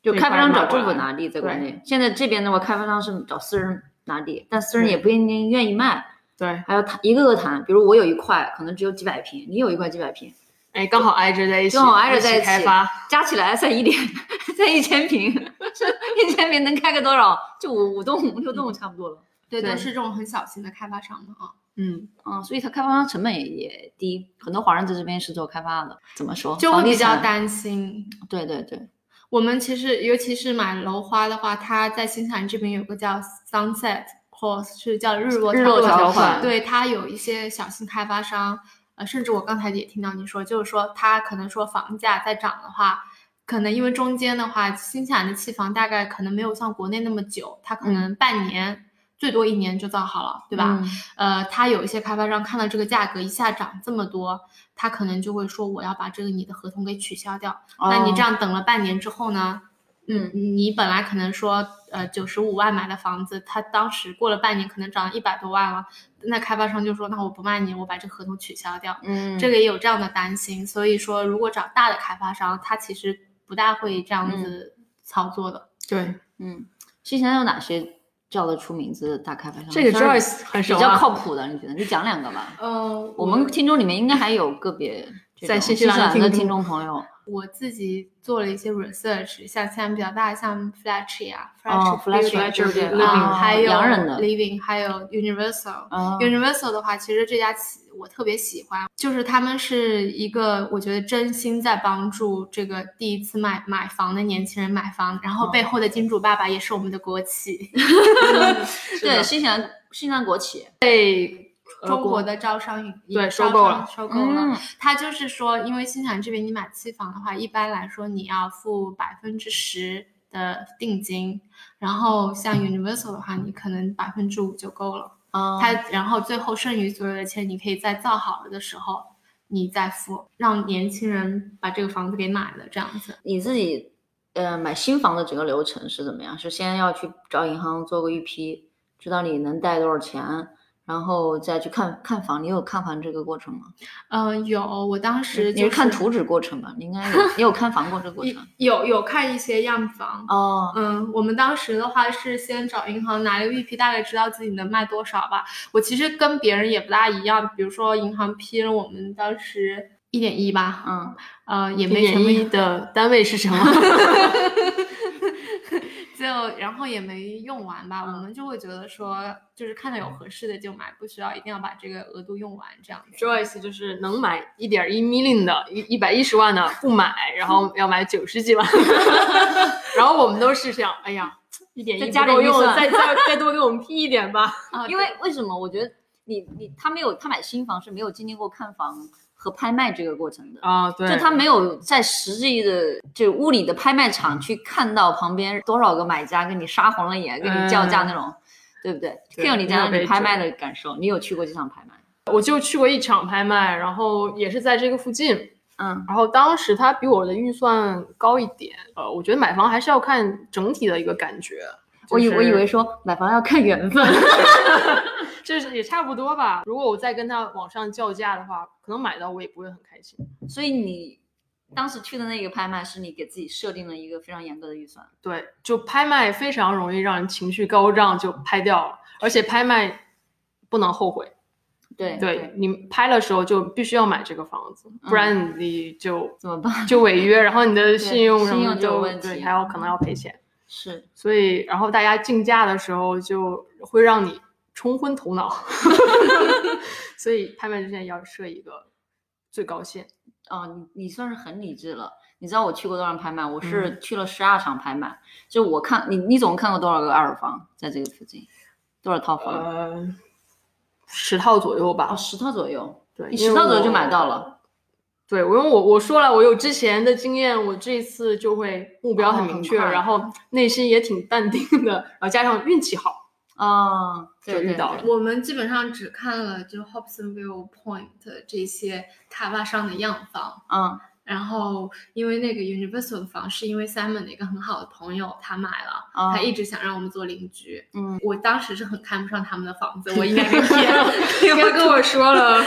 Speaker 1: 就开发商找政
Speaker 3: 政
Speaker 1: 府
Speaker 3: 府
Speaker 1: 拿地，在国
Speaker 3: 对
Speaker 1: 内。现在这边的话，开发商是找私人拿地，但私人
Speaker 3: 对
Speaker 1: 也不一定愿意卖，
Speaker 3: 对，
Speaker 1: 还要谈一个个谈。比如我有一块，可能只有几百平，你有一块几百平，
Speaker 3: 哎，刚好挨着在一起，
Speaker 1: 正好挨着在一
Speaker 3: 一
Speaker 1: 起
Speaker 3: 开发，
Speaker 1: 加起来才一点， 才一千平，这一千平能开个多少？就五五栋、五六栋差不多了。
Speaker 2: 对
Speaker 3: 对
Speaker 2: 都是这种很小型的开发商嘛啊。
Speaker 3: 嗯，
Speaker 1: 嗯，所以它开发商成本也也低，很多华人在这边是做开发的。怎么说？
Speaker 2: 就
Speaker 1: 哦
Speaker 2: 会
Speaker 1: 房地
Speaker 2: 比较
Speaker 1: 产。
Speaker 2: 担心。
Speaker 1: 对对对，
Speaker 2: 我们其实尤其是买楼花的话，它在新西兰这边有个叫 Sunset Clause，是叫日落
Speaker 1: 日落
Speaker 2: 条
Speaker 1: 条
Speaker 3: 款
Speaker 2: 对，它有一些小型开发商，呃，甚至我刚才也听到你说，就是说它可能说房价在涨的话。可能因为中间的话，新西兰的期房大概可能没有像国内那么久，它可能半年、最多一年就造好了，对
Speaker 1: 嗯
Speaker 2: 吧？呃，他有一些开发商看到这个价格一下涨这么多，他可能就会说我要把这个你的合同给取消掉。那你
Speaker 1: 哦
Speaker 2: 这样等了半年之后呢？
Speaker 3: 嗯，
Speaker 2: 你本来可能说呃九十五万买的房子，他当时过了半年可能涨了一百多万了，那开发商就说那我不卖你，我把这个合同取消掉。
Speaker 3: 嗯
Speaker 2: 这个也有这样的担心，所以说如果找大的开发商，他其实不大会这样子操作的。
Speaker 3: 哦对
Speaker 1: 嗯，之前有哪些叫得出名字的大开发商？
Speaker 3: 这个
Speaker 1: 算
Speaker 3: Joyce 很
Speaker 1: 嗯比
Speaker 3: 熟
Speaker 1: 较
Speaker 3: 啊，
Speaker 1: 靠谱的，你觉得？你讲两个吧。
Speaker 2: 嗯
Speaker 1: 我们听众里面应该还有个别这
Speaker 3: 在
Speaker 1: 种
Speaker 3: 新
Speaker 1: 新
Speaker 3: 西
Speaker 1: 西
Speaker 3: 兰的
Speaker 1: 兰的
Speaker 3: 听
Speaker 1: 听众朋友，
Speaker 2: 我自己做了一些 research，像现在比较大的，像 Fletcher 啊
Speaker 1: 哦
Speaker 2: ，Fletcher
Speaker 1: Fletcher
Speaker 2: Building，
Speaker 3: Building，
Speaker 2: 然后
Speaker 1: 啊
Speaker 2: 还有
Speaker 1: 洋人的
Speaker 2: Living，还有 Universal。
Speaker 1: 啊
Speaker 3: 嗯
Speaker 2: Universal 的话，其实这家企我特别喜欢，就是他们是一个我觉得真心在帮助这个第一次买买房的年轻人买房，然
Speaker 3: 嗯
Speaker 2: 后
Speaker 1: 哦
Speaker 2: 背后的金主爸爸也是我们的国企，
Speaker 1: 对，新西兰新西兰国企，
Speaker 2: 中国的招商引
Speaker 3: 呃
Speaker 2: 招
Speaker 3: 对收购了嗯
Speaker 2: 商收购了。
Speaker 1: 嗯
Speaker 2: 他就是说，因为新西兰这边你买期房的话，一般来说你要付百分之十的定金，然后像
Speaker 3: 嗯
Speaker 2: Universal 的话，你可能百分之五就够了。
Speaker 1: 啊，
Speaker 2: 它然后最后剩余所有的钱，你可以在造好了的时候你再付，让年轻人把这个房子给买了，这样子。
Speaker 1: 你自己呃买新房的整个流程是怎么样？是先要去找银行做个预批，知道你能贷多少钱，然后再去看看房。你有看房这个过程吗？
Speaker 2: 嗯、有，我当时
Speaker 1: 你
Speaker 2: 就是
Speaker 1: 看图纸过程吧？你应该有，你有看房过这个过
Speaker 2: 有
Speaker 1: 程？
Speaker 2: 有有 看一些样房。
Speaker 1: 哦，
Speaker 2: 嗯，我们当时的话是先找银行拿了个预批，大概知道自己能卖多少吧。我其实跟别人也不大一样，比如说银行批了我们当时一点一吧，
Speaker 1: 嗯，
Speaker 2: 呃，也
Speaker 3: 一
Speaker 2: 没什
Speaker 3: 点
Speaker 2: 么，
Speaker 3: 一的单位是什 么？
Speaker 2: 就然后也没用完吧。
Speaker 1: 嗯
Speaker 2: 我们就会觉得说，就是看到有合适的就买，不需要一定要把这个额度用完这样子。
Speaker 3: Joyce 就是能买一点一 million 的，一一百一十万的不买，然后要买九十几万， 然后我们都是这样，哎呀，一点
Speaker 1: 再
Speaker 3: 一
Speaker 1: 加点
Speaker 3: 够
Speaker 1: 预
Speaker 3: 用了，
Speaker 1: 算
Speaker 3: 再再再多给我们批一点吧。
Speaker 2: 啊
Speaker 1: 因为为什么？我觉得你你他没有他买新房是没有经历过看房和拍卖这个过程的。
Speaker 3: 啊，对
Speaker 1: 就他没有在实际的就屋里的拍卖场去看到旁边多少个买家跟你杀红了眼，跟你叫价那种，对不对
Speaker 3: 嗯对
Speaker 1: k i l 你讲
Speaker 3: 没
Speaker 1: 讲
Speaker 3: 有被
Speaker 1: 你拍卖的感受，你有去过这场拍卖？
Speaker 3: 我就去过一场拍卖，然后也是在这个附近，
Speaker 1: 嗯
Speaker 3: 然后当时他比我的预算高一点，呃，我觉得买房还是要看整体的一个感觉。
Speaker 1: 我以
Speaker 3: 就是
Speaker 1: 我以为说买房要看缘 分，
Speaker 3: 这是也差不多吧。如果我再跟他往上叫价的话，可能买到我也不会很开心。
Speaker 1: 所以你当时去的那个拍卖是你给自己设定了一个非常严格的预算。
Speaker 3: 对，就拍卖非常容易让人情绪高涨就拍掉了，而且拍卖不能后悔。
Speaker 1: 对
Speaker 3: 对你拍的时候就必须要买这个房子，不然你就、
Speaker 1: 嗯怎么办？
Speaker 3: 就违约，然后你的信用什
Speaker 1: 信
Speaker 3: 么
Speaker 1: 用就有
Speaker 3: 就
Speaker 1: 问题嗯
Speaker 3: 对，还要可能要赔钱。
Speaker 1: 是
Speaker 3: 所以，然后大家竞价的时候就会让你冲昏头脑， 所以拍卖之前要设一个最高线。
Speaker 1: 哦，你你算是很理智了。你知道我去过多少场拍卖？我是去了十二场拍卖，就我看你你总共看过多少个二房在这个附近？多少套房？
Speaker 3: 呃，十套左右吧
Speaker 1: 哦，。十套左右，
Speaker 3: 对，
Speaker 1: 你
Speaker 3: 因
Speaker 1: 十
Speaker 3: 为
Speaker 1: 套左右就
Speaker 3: 我
Speaker 1: 买到。了，
Speaker 3: 对，我因为我我说了，我有之前的经验，我这一次就会目标很
Speaker 1: 哦
Speaker 3: 明
Speaker 1: 很
Speaker 3: 确，
Speaker 1: 快
Speaker 3: 然后内心也挺淡定的，然后加上运气好，
Speaker 1: 啊、
Speaker 3: 就
Speaker 1: 对
Speaker 3: 遇
Speaker 1: 对
Speaker 3: 到
Speaker 1: 对
Speaker 3: 了
Speaker 2: 我们基本上只看了就 Hobsonville Point 这些开发商的样房，
Speaker 1: 嗯
Speaker 2: 然后因为那个 Universal 的房是因为 Simon 的一个很好的朋友他买了，
Speaker 1: 啊
Speaker 2: 他一直想让我们做邻居。
Speaker 1: 嗯，
Speaker 2: 我当时是很看不上他们的房子，我应该被 骗了，
Speaker 3: 他跟我 说了，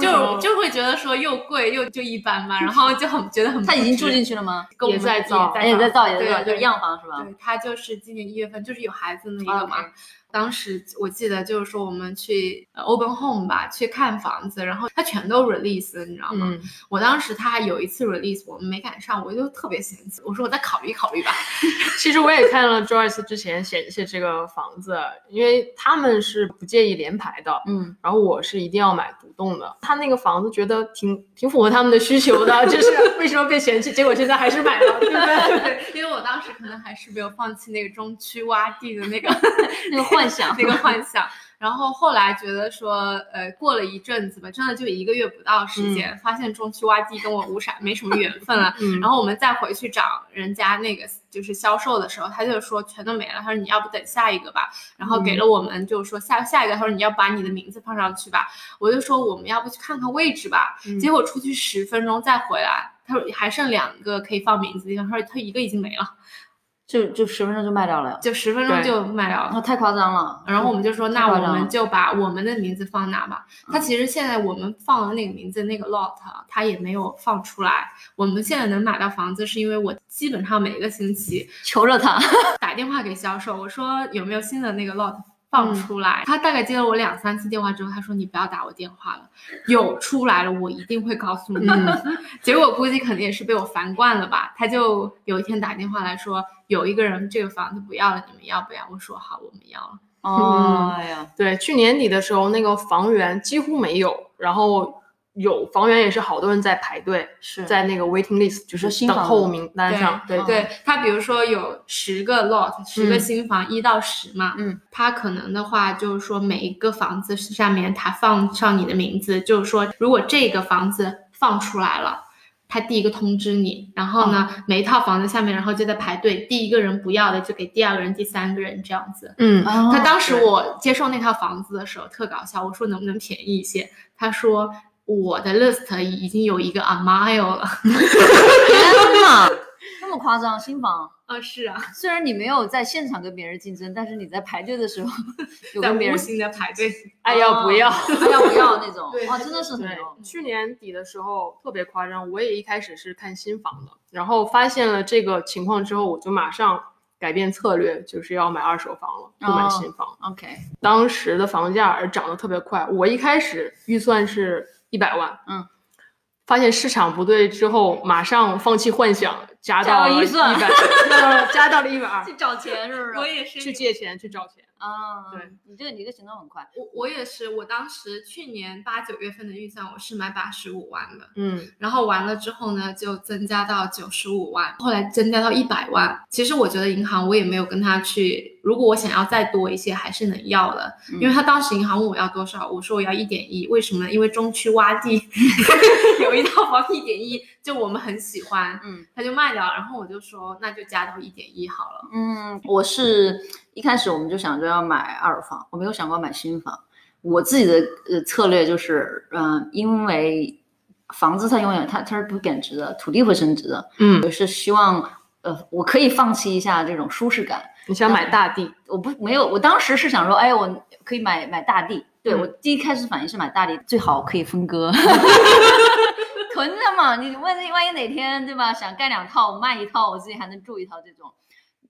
Speaker 2: 就就会觉得说又贵又就一般吧，然后就很觉得很
Speaker 1: 他已经
Speaker 2: 不值
Speaker 1: 住进去了吗？
Speaker 2: 跟我
Speaker 3: 也
Speaker 2: 们
Speaker 3: 在造
Speaker 1: 哎也在造，也在造，
Speaker 2: 对
Speaker 1: 就是
Speaker 2: 对
Speaker 1: 样房是吧？
Speaker 2: 对，他就是今年一月份，就是有孩子那一个嘛。
Speaker 1: 哦 OK
Speaker 2: 当时我记得就是说我们去呃 open home 吧，去看房子，然后他全都 release，你知道吗？
Speaker 3: 嗯，
Speaker 2: 我当时他还有一次 release 我们没赶上，我就特别嫌弃，我说我再考虑考虑吧。
Speaker 3: 其实我也看了 Joyce 之前显示这个房子，因为他们是不介意连排的，
Speaker 1: 嗯，
Speaker 3: 然后我是一定要买独栋的。他那个房子觉得挺挺符合他们的需求的， 就是为什么被嫌弃，结果现在还是买了，对 不对？
Speaker 2: 对，因为我当时可能还是没有放弃那个中区洼地的那个
Speaker 1: 那个幻幻想
Speaker 2: 那个幻想。然后后来觉得说，呃，过了一阵子吧，真的就一个月不到时间，发现中区洼地跟我无啥没什么缘分了。
Speaker 3: 嗯
Speaker 2: 然后我们再回去找人家那个就是销售的时候，他就说全都没了。他说你要不等下一个吧，然后给了我们就是说下下一个，他说你要把你的名字放上去吧。我就说我们要不去看看位置吧。
Speaker 3: 嗯
Speaker 2: 结果出去十分钟再回来，他说还剩两个可以放名字的地方，他说他一个已经没了，
Speaker 1: 就就十分钟就卖掉了呀，
Speaker 2: 就十分钟
Speaker 3: 对
Speaker 2: 就卖掉了
Speaker 1: 然。后太夸张了。
Speaker 2: 然后我们就说，那
Speaker 1: 嗯太夸
Speaker 2: 我
Speaker 1: 张了嗯
Speaker 2: 们就把我们的名字放那吧。他其实现在我们放的那个名字那个 lot，他也没有放出来。我们现在能买到房子，是因为我基本上每个星期
Speaker 1: 求着他，
Speaker 2: 打电话给销售，我说有没有新的那个 lot 放
Speaker 3: 嗯
Speaker 2: 出来。他大概接了我两三次电话之后，他说你不要打我电话了，有出来了我一定会告诉你。
Speaker 3: 嗯
Speaker 2: 结果估计肯定也是被我烦惯了吧，他就有一天打电话来说，有一个人这个房子不要了，你们要不要？我说好，我们要了。
Speaker 1: 哦哎呀，
Speaker 3: 对，去年底的时候，那个房源几乎没有，然后有房源也是好多人在排队，
Speaker 1: 是
Speaker 3: 在那个 waiting list，就
Speaker 1: 说
Speaker 3: 是
Speaker 1: 新
Speaker 3: 等
Speaker 1: 房
Speaker 3: 候
Speaker 1: 子
Speaker 3: 名单上。对
Speaker 1: 嗯
Speaker 2: 对他，比如说有十个 lot，十个新房，一、到十嘛，
Speaker 1: 嗯，
Speaker 2: 他可能的话就是说每一个房子上面他放上你的名字，就是说如果这个房子放出来了。他第一个通知你，然后呢，每一套房子下面，然后就在排队，第一个人不要的就给第二个人、第三个人这样子。
Speaker 3: 嗯，
Speaker 1: 他
Speaker 2: 他当时
Speaker 3: 对
Speaker 2: 我接受那套房子的时候特搞笑，我说能不能便宜一些？他说我的 list 已经有一个 a mile 了。
Speaker 1: 天哪，这么夸张，新房。
Speaker 2: 啊，是 啊，
Speaker 1: 虽然你没有在现场跟别人竞争，但是你在排队的 时候有
Speaker 2: 在
Speaker 1: 跟别
Speaker 2: 无
Speaker 1: 人
Speaker 2: 形的排 队。哦
Speaker 3: 爱哎要不要？
Speaker 1: 还要不 要那种哦
Speaker 2: 对，哦
Speaker 1: 哇，真的是很
Speaker 3: 对
Speaker 1: 牛，
Speaker 3: 去年底的时候特别夸张，我也一开始是看新房的，然后发现了这个情况之后，我就马上改变策略，就是要买二手房了，不买
Speaker 1: 哦
Speaker 3: 新房。
Speaker 1: OK，
Speaker 3: 当时的房价儿涨得特别快，我一开始预算是一百万，
Speaker 1: 嗯，
Speaker 3: 发现市场不对之后，马上放弃幻想，加
Speaker 1: 加
Speaker 3: 到
Speaker 1: 到预算
Speaker 3: 一百，100加到了一百二，
Speaker 1: 去找钱是不是？
Speaker 2: 也是
Speaker 3: 去借钱去找钱，
Speaker 1: 啊，
Speaker 3: 对，
Speaker 1: 你这个你这个行动很快，
Speaker 2: 我我也是，我当时去年八九月份的预算我是买八十五万的，
Speaker 3: 嗯，
Speaker 2: 然后完了之后呢，就增加到九十五万，后来增加到一百万。其实我觉得银行我也没有跟他去，如果我想要再多一些，还是能要的，
Speaker 1: 嗯
Speaker 2: 因为他当时银行问我要多少，我说我要一点一，为什么呢？因为中区洼 地有一套房一点一，就我们很喜欢，
Speaker 1: 嗯
Speaker 2: 他就卖掉了，然后我就说那就加到一点一好了。
Speaker 1: 嗯，我是一开始我们就想着要买二手房，我没有想过买新房。我自己的呃策略就是，嗯、因为房子它永远它它是不贬值的，土地会升值的，
Speaker 3: 嗯
Speaker 1: 我是希望呃我可以放弃一下这种舒适感，
Speaker 3: 你想买大地，
Speaker 1: 我不没有，我当时是想说，哎，我可以买买大地。对、
Speaker 3: 嗯
Speaker 1: 我第一开始反应是买大地，最好可以分 割，囤着嘛。你万一万一哪天对吧，想盖两套，我卖一套，我自己还能住一套这种。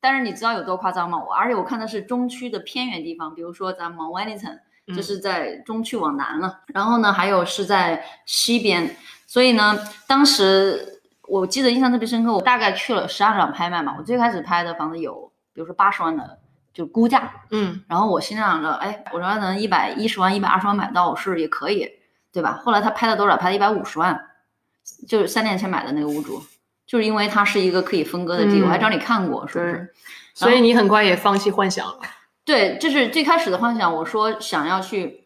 Speaker 1: 但是你知道有多夸张吗？我而且我看的是中区的偏远地方，比如说咱们 Wellington，
Speaker 3: 嗯
Speaker 1: 这是在中区往南了，然后呢，还有是在西边，所以呢，当时我记得印象特别深刻，我大概去了十二场拍卖嘛，我最开始拍的房子有，比如说八十万的，就估价，
Speaker 3: 嗯
Speaker 1: 然后我心想着，哎，我说能一百一十万、一百二十万买到，我是不是也可以，对吧？后来他拍了多少？拍了一百五十万，就是三年前买的那个屋主，就是因为它是一个可以分割的地，
Speaker 3: 嗯
Speaker 1: 我还找你看过，是不
Speaker 3: 对
Speaker 1: 是？
Speaker 3: 所以你很快也放弃幻想了，
Speaker 1: 对，这是最开始的幻想。我说想要去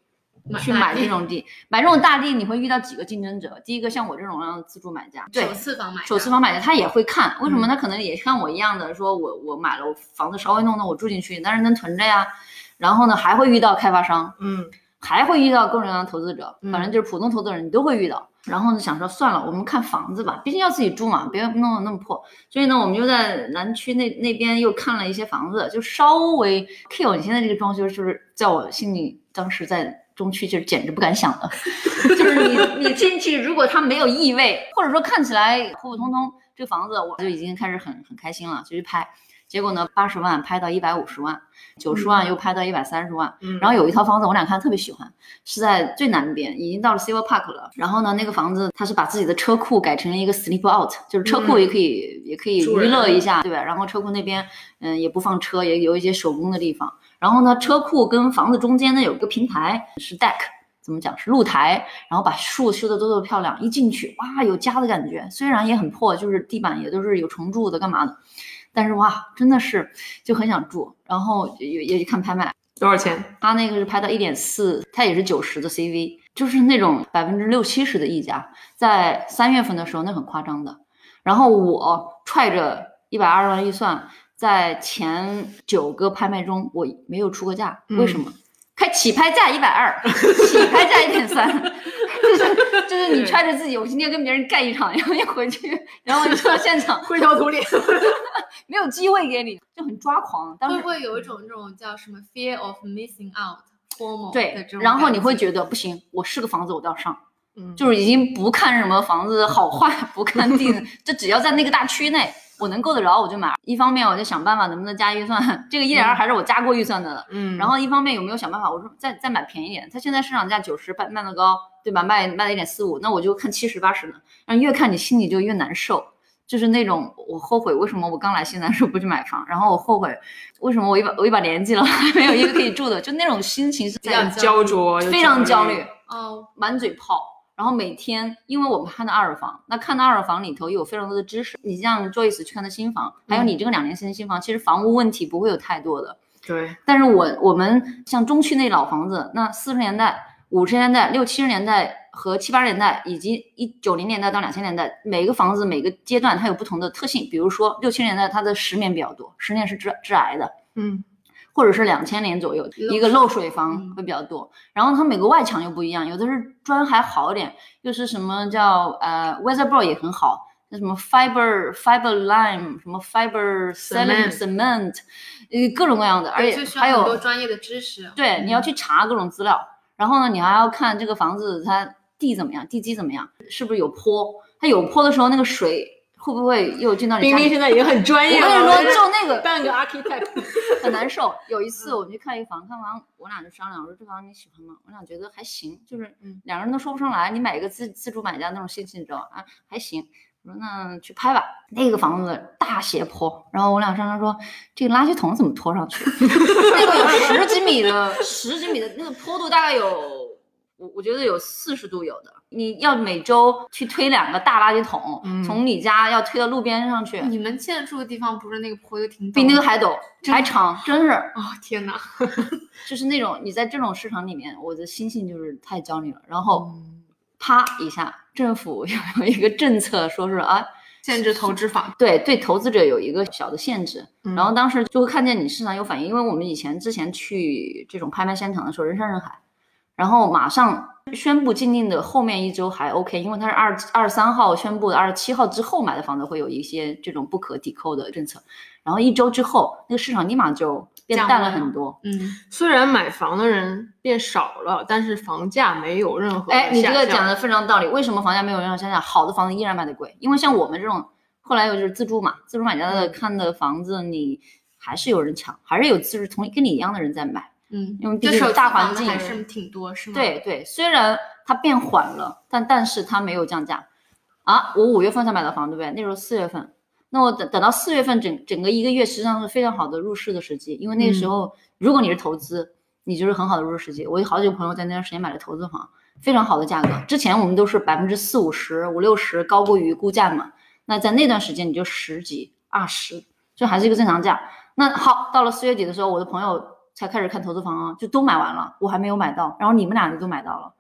Speaker 2: 买
Speaker 1: 去
Speaker 2: 买
Speaker 1: 买
Speaker 2: 地
Speaker 1: 这种地，买这种大地，你会遇到几个竞争者？第一个像我这种样的自住买家，对
Speaker 2: 首，次房买
Speaker 1: 首次
Speaker 2: 房
Speaker 1: 房买家他也会看，为什么？他可能也像我一样的，说我我买了，我房子稍微弄弄，我住进去，但是能囤着呀。然后呢，还会遇到开发商，
Speaker 3: 嗯
Speaker 1: 还会遇到各种各样的投资者，
Speaker 3: 嗯
Speaker 1: 反正就是普通投资人你都会遇到。然后呢，想说算了，我们看房子吧，毕竟要自己住嘛，别弄得那么破。所以呢，我们就在南区那那边又看了一些房子，就稍微 Q 你现在这个装修，是不是在我心里当时在中区就是简直不敢想的， 就是你你进去，如果它没有异味，或者说看起来普普通通，这个房子我就已经开始很很开心了，就去拍。结果呢，八十万拍到一百五十万，九十万又拍到一百三十万，
Speaker 3: 嗯，
Speaker 1: 然后有一套房子，我俩看得特别喜欢，是在最南边，已经到了 Silver Park 了。然后呢，那个房子它是把自己的车库改成了一个 sleep out，就是车库
Speaker 3: 嗯
Speaker 1: 也可以、也可以
Speaker 3: 住
Speaker 1: 娱
Speaker 3: 人
Speaker 1: 乐一下，对吧？然后车库那边，嗯，也不放车，也有一些手工的地方。然后呢，车库跟房子中间呢有一个平台，是 deck，怎么讲是露台，然后把树修的多多漂亮，一进去哇有家的感觉，虽然也很破，就是地板也都是有虫蛀的干嘛的，但是哇真的是就很想住，然后也也去看拍卖。
Speaker 3: 多少钱？
Speaker 1: 他那个是拍到一点四，他也是九十的 CV，就是那种百分之六七十的溢价，在三月份的时候那很夸张的。然后我揣着一百二十万预算，在前九个拍卖中我没有出过价，
Speaker 2: 嗯
Speaker 1: 为什么？开起拍价一百 二，起拍价一点三，就是就是你揣着自己，我今天跟别人干一场，然后一回去，然后一到现场
Speaker 3: 灰头土脸。
Speaker 1: 没有机会给你，就很抓狂。当
Speaker 2: 会
Speaker 1: 时
Speaker 2: 不会有一种这种叫什么 fear of missing out formal 的
Speaker 1: 对
Speaker 2: 这，种
Speaker 1: 然后你会
Speaker 2: 感
Speaker 1: 觉得不行，我是个房子我都要上，
Speaker 3: 嗯，
Speaker 1: 就是已经不看什么房子好坏，不看地，就只要在那个大区内我能够得着我就买。一方面我就想办法能不能加预算， 这个一点二还是我加过预算的了。
Speaker 3: 嗯，
Speaker 1: 然后一方面有没有想办法，我说再再买便宜点，它现在市场价九十卖卖的高，对吧？卖卖了一点四五，那我就看七十八十的，然后越看你心里就越难受，就是那种我后悔为什么我刚来西南时候不去买房，然后我后悔为什么我一把我一把年纪了还没有一个可以住的，就那种心情是
Speaker 3: 比
Speaker 1: 在
Speaker 3: 较焦灼，
Speaker 1: 非常焦虑，
Speaker 2: 觉哦，
Speaker 1: 满嘴跑。然后每天，因为我们看的二房，那看的二房里头有非常多的知识。你像 Joyce 去看的新房，还有你这个两年新的新房，其实房屋问题不会有太多的。
Speaker 3: 对，
Speaker 1: 但是我我们像中区那老房子，那四十年代、五十年代、六七十年代和七八十年代，以及一九零年代到两千年代，每个房子每个阶段它有不同的特性。比如说六七十年代它的石棉比较多，石棉是致致癌的，
Speaker 3: 嗯
Speaker 1: 或者是两千年左右
Speaker 2: 漏
Speaker 1: 一个
Speaker 2: 水
Speaker 1: 漏水房
Speaker 2: 嗯
Speaker 1: 会比较多。然后它每个外墙又不一样，有的是砖还好一点，又是什么叫呃 weatherboard 也很好。那什么 fiber fiber lime 什么 fiber cement
Speaker 3: Cement
Speaker 1: cement，呃各种各样的，而
Speaker 2: 对
Speaker 1: 且
Speaker 2: 就需
Speaker 1: 还
Speaker 2: 要
Speaker 1: 有
Speaker 2: 很多嗯专业的知识。
Speaker 1: 对，你要去查各种资料，然后呢，你还要看这个房子它地怎么样，地基怎么样，是不是有坡？它有坡的时候，那个水会不会又进到你
Speaker 3: 冰
Speaker 1: 家
Speaker 3: 冰
Speaker 1: 里？
Speaker 3: 现在已经很专
Speaker 1: 我
Speaker 3: 业
Speaker 1: 跟
Speaker 3: 了，
Speaker 1: 你
Speaker 3: 我
Speaker 1: 说，
Speaker 3: 觉得
Speaker 1: 就那个
Speaker 3: 半个 architect，
Speaker 1: 很难受。有一
Speaker 3: 嗯
Speaker 1: 次我们去看一个房，看完我俩就商量，我说这房你喜欢吗？我俩觉得还行，就是
Speaker 3: 嗯
Speaker 1: 两个人都说不上来。你买一个自自主买家那种信息，你知道吧啊，还行。我说那去拍吧。那个房子大斜坡，然后我俩商量说这个垃圾桶怎么拖上去？ 那个有十几米的，十几米的那个坡度大概有。我我觉得有四十度有的，你要每周去推两个大垃圾桶，
Speaker 3: 嗯
Speaker 1: 从你家要推到路边上去，
Speaker 2: 你们现在住的地方不是那个坡就挺陡
Speaker 1: 比那个
Speaker 2: 吗
Speaker 1: 还陡，还长，真是。
Speaker 2: 哦天哪！
Speaker 1: 就是那种你在这种市场里面，我的心性就是太焦虑了。然后
Speaker 2: 嗯
Speaker 1: 啪一下，政府 又有一个政策，说是啊，
Speaker 3: 限制投资法，
Speaker 1: 对对，投资者有一个小的限制。
Speaker 3: 嗯
Speaker 1: 然后当时就会看见你市场有反应，因为我们以前之前去这种拍卖现场的时候，人山人海，然后马上宣布禁令的后面一周还 OK，因为它是二二十三号宣布的，二十七号之后买的房子会有一些这种不可抵扣的政策，然后一周之后，那个市场立马就变
Speaker 2: 降
Speaker 1: 淡
Speaker 2: 温
Speaker 1: 了
Speaker 2: 了
Speaker 1: 很多。
Speaker 2: 嗯，
Speaker 3: 虽然买房的人变少了，但是房价没有任何
Speaker 1: 哎，你这
Speaker 3: 下
Speaker 1: 个
Speaker 3: 降
Speaker 1: 讲的非常道理。为什么房价没有人想想好的房子依然卖的贵？因为像我们这种后来又就是自住嘛，自住买家
Speaker 2: 嗯
Speaker 1: 的看的房子，你还是有人抢，还是有就是同跟你一样的人在买。
Speaker 2: 嗯，
Speaker 1: 因为毕
Speaker 2: 这
Speaker 1: 竟
Speaker 2: 手机
Speaker 1: 大环
Speaker 2: 房子
Speaker 1: 境
Speaker 2: 还是挺多，是吗？，
Speaker 1: 对对，虽然它变缓了，但但是它没有降价啊。我五月份才买的房，对不对？那时候四月份，那我等等到四月份整整个一个月，实际上是非常好的入市的时机，因为那个时
Speaker 3: 嗯
Speaker 1: 候、如果你是投资，你就是很好的入市时机。我有好几个朋友在那段时间买了投资房，非常好的价格。之前我们都是百分之四五十、五六十高过于估价嘛，那在那段时间你就十几、二十，就还是一个正常价。那好，到了四月底的时候，我的朋友才开始看投资房啊，就都买完了，我还没有买到，然后你们俩就都买到了，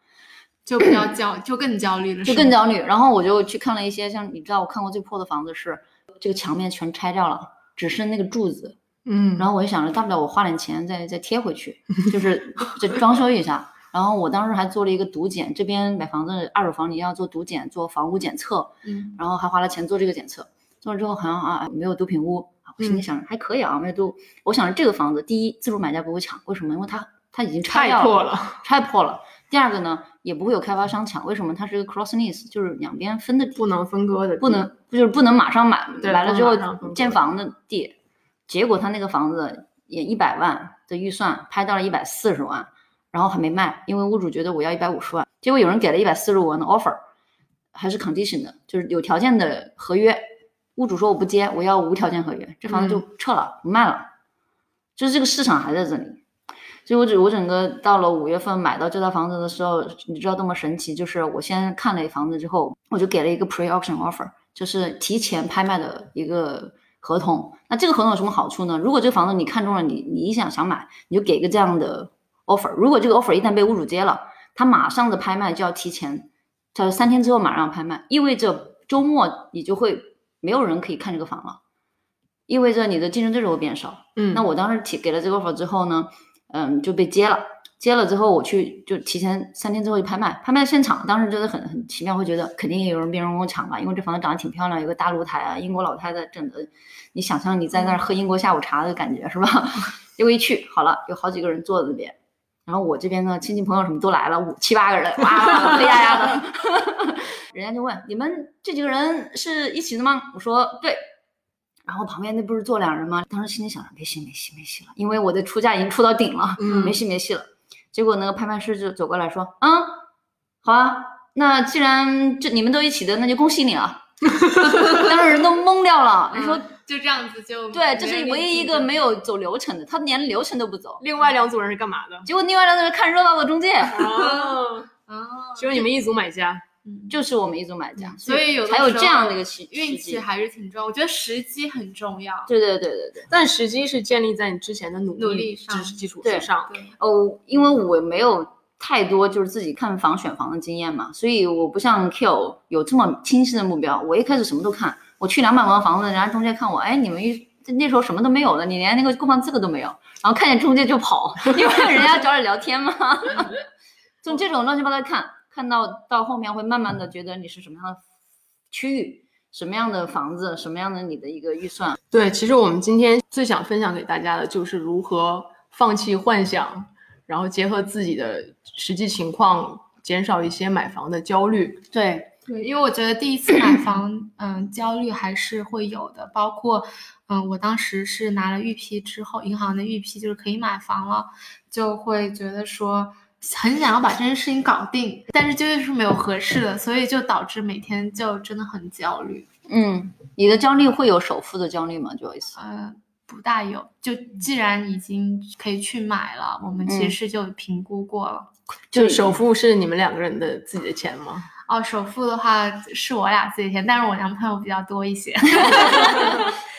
Speaker 2: 就比较焦，就更焦虑了，
Speaker 1: 就是
Speaker 2: 吗
Speaker 1: 更焦虑。然后我就去看了一些，像你知道，我看过最破的房子是这个墙面全拆掉了，只剩那个柱子，
Speaker 3: 嗯，
Speaker 1: 然后我就想着，大不了我花点钱再再贴回去， 就是再装修一下。然后我当时还做了一个独检，这边买房子二手房你要做独检，做房屋检测，
Speaker 2: 嗯，
Speaker 1: 然后还花了钱做这个检测。做了之后好像啊没有毒品污，啊我心里
Speaker 3: 嗯
Speaker 1: 想着还可以啊，没有毒。我想着这个房子，第一自主买家不会抢，为什么？因为它它已经拆
Speaker 3: 太
Speaker 1: 掉
Speaker 3: 破了，
Speaker 1: 拆破了。第二个呢，也不会有开发商抢，为什么？它是一个 cross lease，就是两边分的地，
Speaker 3: 不能分割的，
Speaker 1: 不能就是不能马上买，
Speaker 3: 对
Speaker 1: 买了之
Speaker 3: 不能马上分
Speaker 1: 后
Speaker 3: 割
Speaker 1: 建房的地，结果他那个房子也一百万的预算拍到了一百四十万，然后还没卖，因为屋主觉得我要一百五十万，结果有人给了一百四十五万的 offer，还是 condition 的，就是有条件的合约，屋主说我不接，我要无条件合约，这房子就撤了，不卖了，就是这个市场还在这里。所以我整我整个到了五月份买到这套房子的时候，你知道多么神奇？就是我先看了一房子之后，我就给了一个 pre auction offer，就是提前拍卖的一个合同。那这个合同有什么好处呢？如果这个房子你看中了，你你一想想买，你就给一个这样的 offer。如果这个 offer 一旦被屋主接了，他马上的拍卖就要提前，在三天之后马上拍卖，意味着周末你就会没有人可以看这个房了，意味着你的竞争对手会变少。
Speaker 3: 嗯，
Speaker 1: 那我当时提给了这个 offer 之后呢，嗯，就被接了。接了之后，我去就提前三天之后去拍卖，拍卖现场当时真的很很奇妙，会觉得肯定也有人别人跟我抢吧，因为这房子长得挺漂亮，有个大露台啊，英国老太太整的，你想象你在那儿喝英国下午茶的感觉是吧？ 结果一去，好了，有好几个人坐在那边，然后我这边呢，亲戚朋友什么都来了，五七八个人，哇，黑压压的， 人家就问你们这几个人是一起的吗？我说对。然后旁边那不是坐两人吗？当时心里想着没戏没戏没戏了，因为我的出价已经出到顶了，
Speaker 3: 嗯
Speaker 1: 没戏没戏了。结果那个拍卖师就走过来说：“嗯，好啊，那既然这你们都一起的，那就恭喜你了。” 当时人都懵掉
Speaker 2: 嗯
Speaker 1: 了，你说
Speaker 2: 就这样子就
Speaker 1: 对，这是唯一一个没
Speaker 2: 有。
Speaker 1: 有走流程的，他连流程都不走。
Speaker 3: 另外两组人是干嘛的？
Speaker 1: 结果另外两个人看热闹的中介，
Speaker 3: 哦，
Speaker 2: 哦，
Speaker 3: 只有你们一组买家。
Speaker 1: 就是我们一组买家，
Speaker 2: 嗯所以有的
Speaker 1: 才有
Speaker 2: 时候
Speaker 1: 这样的一个契
Speaker 2: 运
Speaker 1: 契机
Speaker 2: 气还是挺重要，我觉得时机很重要。
Speaker 1: 对对对对对。
Speaker 3: 但时机是建立在你之前的努
Speaker 2: 努力
Speaker 3: 基
Speaker 2: 上
Speaker 3: 基础
Speaker 1: 对
Speaker 3: 之上。
Speaker 2: 对，
Speaker 1: 哦，因为我没有太多就是自己看房选房的经验嘛，所以我不像 Q 有这么清晰的目标。我一开始什么都看，我去两百万房子，人家中介看我，哎，你们一那时候什么都没有的，你连那个购房资格都没有，然后看见中介就跑， 因为人家找你聊天嘛。 从这种乱七八糟看，看到到后面会慢慢的觉得你是什么样的区域。什么样的房子，什么样的你的一个预算，
Speaker 3: 对，其实我们今天最想分享给大家的就是如何放弃幻想，然后结合自己的实际情况，减少一些买房的焦虑。
Speaker 1: 对，
Speaker 2: 对，因为我觉得第一次买房，嗯，焦虑还是会有的。包括，嗯，我当时是拿了预批之后，银行的预批就是可以买房了，就会觉得说很想要把这件事情搞定，但是就是没有合适的，所以就导致每天就真的很焦虑。
Speaker 1: 嗯，你的焦虑会有首付的焦虑吗，Joyce？
Speaker 2: 呃，不大有，就既然已经可以去买了，我们其
Speaker 1: 嗯
Speaker 2: 实就评估过了。
Speaker 3: 就首付是你们两个人的自己的钱吗？
Speaker 2: 哦，首付的话是我俩自己钱，但是我男朋友比较多一些，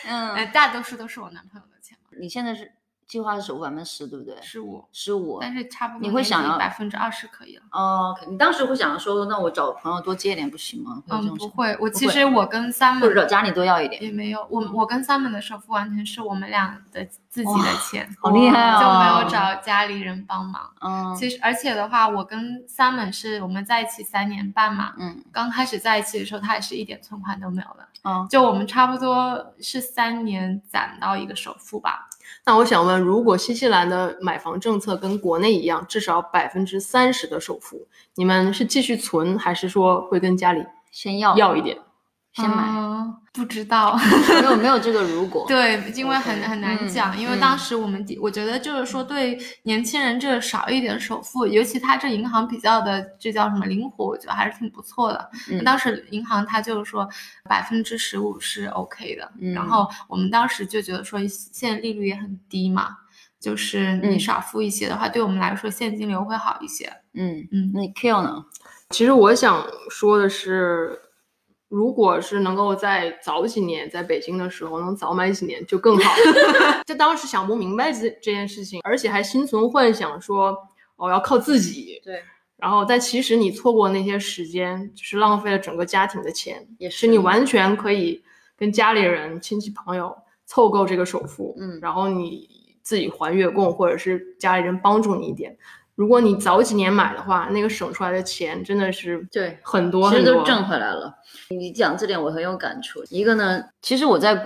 Speaker 1: 嗯
Speaker 2: 呃， 大多数都是我男朋友的钱吧，
Speaker 1: 你现在是计划是首付百分之十，对不对？
Speaker 2: 是我。
Speaker 1: 十五。
Speaker 2: 但是差不多
Speaker 1: 你会想要
Speaker 2: 百分之二十可以了。
Speaker 1: 哦，OK，你当时会想着说，那我找朋友多借点不行吗？会有这
Speaker 2: 嗯，
Speaker 1: 种
Speaker 2: 不
Speaker 1: 想
Speaker 2: 会，
Speaker 1: 不
Speaker 2: 我其
Speaker 1: 会
Speaker 2: 实我跟 Simon
Speaker 1: 法，或者找家里多要一点。
Speaker 2: 也没有，我我跟 Simon 的首付完全是我们俩的自己的
Speaker 1: 哇
Speaker 2: 钱，
Speaker 1: 好厉害
Speaker 2: 就没
Speaker 1: 啊
Speaker 2: 有找家里人帮忙。
Speaker 1: 嗯
Speaker 2: 其实而且的话，我跟 Simon 是我们在一起三年半嘛，
Speaker 1: 嗯
Speaker 2: 刚开始在一起的时候，他也是一点存款都没有的，
Speaker 1: 哦，
Speaker 2: 就我们差不多是三年攒到一个首付吧。
Speaker 3: 那我想问，如果新西兰的买房政策跟国内一样，至少百分之三十的首付，你们是继续存，还是说会跟家里
Speaker 1: 先要
Speaker 3: 要一点？
Speaker 1: 先买，
Speaker 2: 嗯不知道，
Speaker 1: 没有没有这个如果。
Speaker 2: 对，因为很
Speaker 1: OK，
Speaker 2: 很难
Speaker 1: 嗯
Speaker 2: 讲，因为
Speaker 1: 嗯
Speaker 2: 当时我们的，我觉得就是说，对年轻人这少一点首付，尤其他这银行比较的，这叫什么灵活，我觉得还是挺不错的。
Speaker 1: 嗯
Speaker 2: 当时银行它就是说百分之十五是 OK 的，
Speaker 1: 嗯
Speaker 2: 然后我们当时就觉得说现在利率也很低嘛，就是你
Speaker 1: 嗯
Speaker 2: 少付一些的话，对我们来说现金流会好一些。
Speaker 1: 嗯，
Speaker 2: 嗯，
Speaker 1: 那 Q 呢？
Speaker 3: 其实我想说的是，如果是能够在早几年在北京的时候能早买几年就更好。 就当时想不明白这这件事情，而且还心存幻想说我、要靠自己。
Speaker 1: 对。
Speaker 3: 然后，但其实你错过那些时间，就是浪费了整个家庭的钱，
Speaker 1: 也
Speaker 3: 是你完全可以跟家里人、亲戚朋友凑够这个首付，
Speaker 1: 嗯
Speaker 3: 然后你自己还月供，或者是家里人帮助你一点。如果你早几年买的话，那个省出来的钱真的是
Speaker 1: 对
Speaker 3: 很多
Speaker 1: 其
Speaker 3: 很
Speaker 1: 实
Speaker 3: 多
Speaker 1: 都挣回来了。你讲这点我很有感触。一个呢，其实我在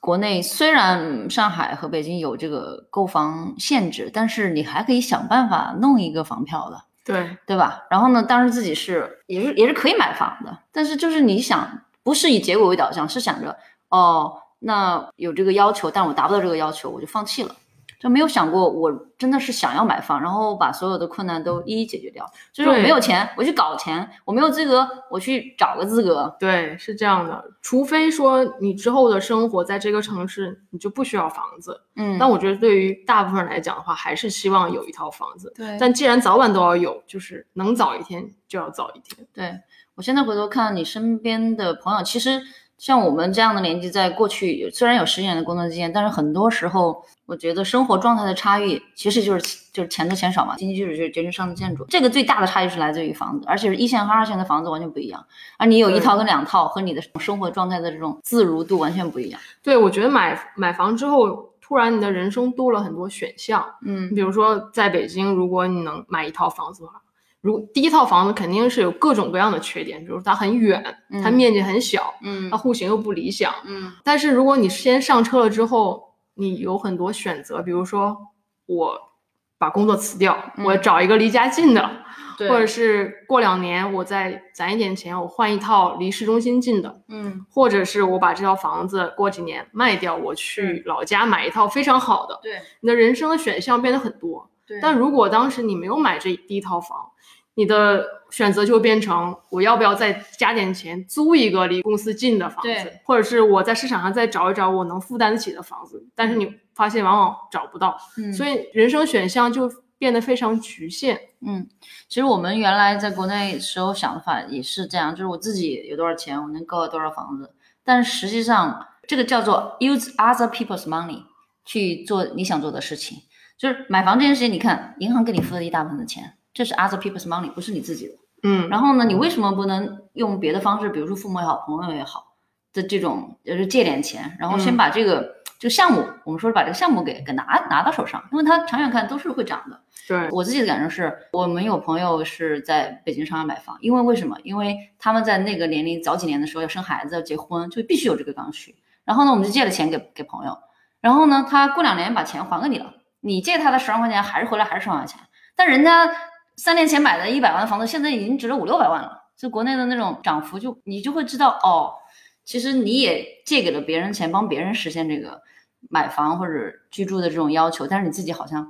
Speaker 1: 国内虽然上海和北京有这个购房限制，但是你还可以想办法弄一个房票的。
Speaker 3: 对
Speaker 1: 对吧？然后呢，当时自己是也是也是可以买房的，但是就是你想不是以结果为导向，是想着哦，那有这个要求，但我达不到这个要求，我就放弃了，就没有想过我真的是想要买房，然后把所有的困难都一一解决掉。就是我
Speaker 3: 对
Speaker 1: 没有钱，我去搞钱；我没有资格，我去找个资格。
Speaker 3: 对是这样的。除非说你之后的生活在这个城市，你就不需要房子。
Speaker 1: 嗯，
Speaker 3: 但我觉得对于大部分人来讲的话，还是希望有一套房子。
Speaker 2: 对，
Speaker 3: 但既然早晚都要有，就是能早一天就要早一天。
Speaker 1: 对我现在回头看你身边的朋友，其实像我们这样的年纪，在过去虽然有十年的工作经验，但是很多时候，我觉得生活状态的差异其实就是就是钱多钱少嘛，经济基础就是决定上层建筑。这个最大的差异是来自于房子，而且是一线和二线的房子完全不一样。而你有一套跟两套，和你的生活状态的这种自如度完全不一样。
Speaker 3: 对，我觉得买买房之后，突然你的人生多了很多选项。
Speaker 1: 嗯
Speaker 3: 你比如说，在北京，如果你能买一套房子的话，如第一套房子肯定是有各种各样的缺点，比如它很远，它
Speaker 1: 嗯
Speaker 3: 面积很小，
Speaker 1: 嗯
Speaker 3: 它户型又不理想。
Speaker 1: 嗯
Speaker 3: 但是如果你先上车了之后，你有很多选择，比如说我把工作辞掉，我
Speaker 1: 嗯
Speaker 3: 找一个离家近的，
Speaker 1: 对
Speaker 3: 或者是过两年我再攒一点钱，我换一套离市中心近的，
Speaker 1: 嗯，
Speaker 3: 或者是我把这套房子过几年卖掉，我
Speaker 1: 嗯
Speaker 3: 去老家买一套非常好的。
Speaker 1: 对
Speaker 3: 你的人生的选项变得很多。
Speaker 1: 对
Speaker 3: 但如果当时你没有买这第一套房，你的选择就会变成我要不要再加点钱租一个离公司近的房子
Speaker 1: 对，
Speaker 3: 或者是我在市场上再找一找我能负担得起的房子。但是你发现往往找不到，
Speaker 1: 嗯
Speaker 3: 所以人生选项就变得非常局限。
Speaker 1: 嗯，其实我们原来在国内时候想的法也是这样，就是我自己有多少钱，我能购多少房子。但实际上，这个叫做 use other people's money 去做你想做的事情。就是买房这件事情，你看银行给你付了一大部分的钱，这是 other people's money，不是你自己的。
Speaker 3: 嗯，
Speaker 1: 然后呢，你为什么不能用别的方式，比如说父母也好，朋友也好的这种，就是借点钱，然后先
Speaker 3: 嗯
Speaker 1: 把这个、这个项目，我们说是把这个项目给给拿拿到手上，因为它长远看都是会涨的。
Speaker 3: 对，
Speaker 1: 我自己的感受是，我们有朋友是在北京、上海买房，因为为什么？因为他们在那个年龄早几年的时候要生孩子、要结婚，就必须有这个刚需。然后呢，我们就借了钱给给朋友，然后呢，他过两年把钱还给你了，你借他的十万块钱，还是回来还是十万块钱，但人家三年前买的一百万的房子，现在已经值了五六百万了，就国内的那种涨幅就，你就会知道哦，其实你也借给了别人钱，帮别人实现这个买房或者居住的这种要求，但是你自己好像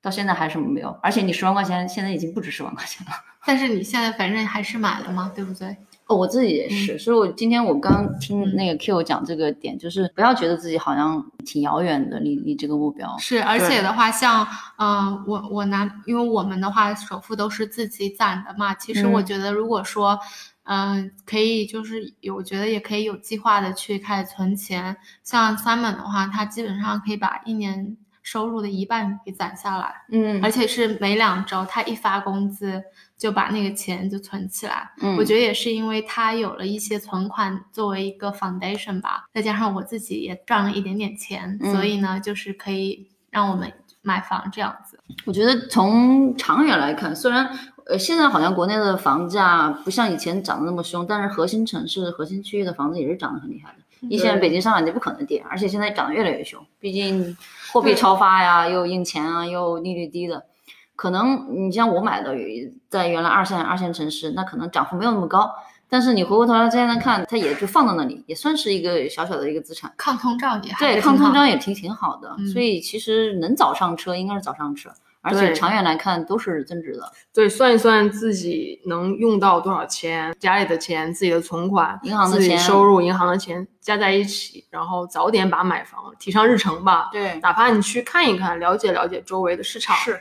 Speaker 1: 到现在还什么没有，而且你十万块钱现在已经不止十万块钱了。
Speaker 2: 但是你现在反正还是买了嘛，对不对？
Speaker 1: 哦，我自己也是，所以我今天我刚听
Speaker 2: 嗯
Speaker 1: 那个 Q 讲这个点，就是不要觉得自己好像挺遥远的，离离这个目标。
Speaker 2: 是，而
Speaker 3: 对
Speaker 2: 且的话，像嗯、呃我我男，因为我们的话首付都是自己攒的嘛。其实我
Speaker 1: 嗯
Speaker 2: 觉得，如果说，嗯、可以就是有，我觉得也可以有计划的去开始存钱。像 Simon 的话，他基本上可以把一年收入的一半给攒下来，
Speaker 1: 嗯
Speaker 2: 而且是每两周他一发工资就把那个钱就存起来。
Speaker 1: 嗯，
Speaker 2: 我觉得也是因为他有了一些存款作为一个 foundation 吧，再加上我自己也赚了一点点钱，
Speaker 1: 嗯
Speaker 2: 所以呢，就是可以让我们买房这样子。
Speaker 1: 我觉得从长远来看，虽然呃现在好像国内的房价不像以前涨得那么凶，但是核心城市、核心区域的房子也是涨得很厉害的。一线北京、上海你不可能跌，而且现在涨得越来越凶，毕竟货币超发呀，又印钱啊，又利率低的。可能你像我买的，在原来二线二线城市，那可能涨幅没有那么高，但是你回过头来再来看，它也就放到那里，也算是一个小小的一个资产。
Speaker 2: 抗通胀也还
Speaker 1: 对，
Speaker 2: 是
Speaker 1: 抗
Speaker 2: 挺
Speaker 1: 通
Speaker 2: 好
Speaker 1: 胀也挺挺好的，
Speaker 2: 嗯
Speaker 1: 所以其实能早上车应该是早上车，而且
Speaker 3: 对
Speaker 1: 长远来看都是增值的，
Speaker 3: 对，算一算自己能用到多少钱，家里的钱、自己的存款、
Speaker 1: 银行的
Speaker 3: 自己
Speaker 1: 钱
Speaker 3: 收入、银行的钱加在一起，然后早点把买房提上日程吧。
Speaker 1: 对，
Speaker 3: 哪怕你去看一看，了解了解周围的市场。
Speaker 1: 是。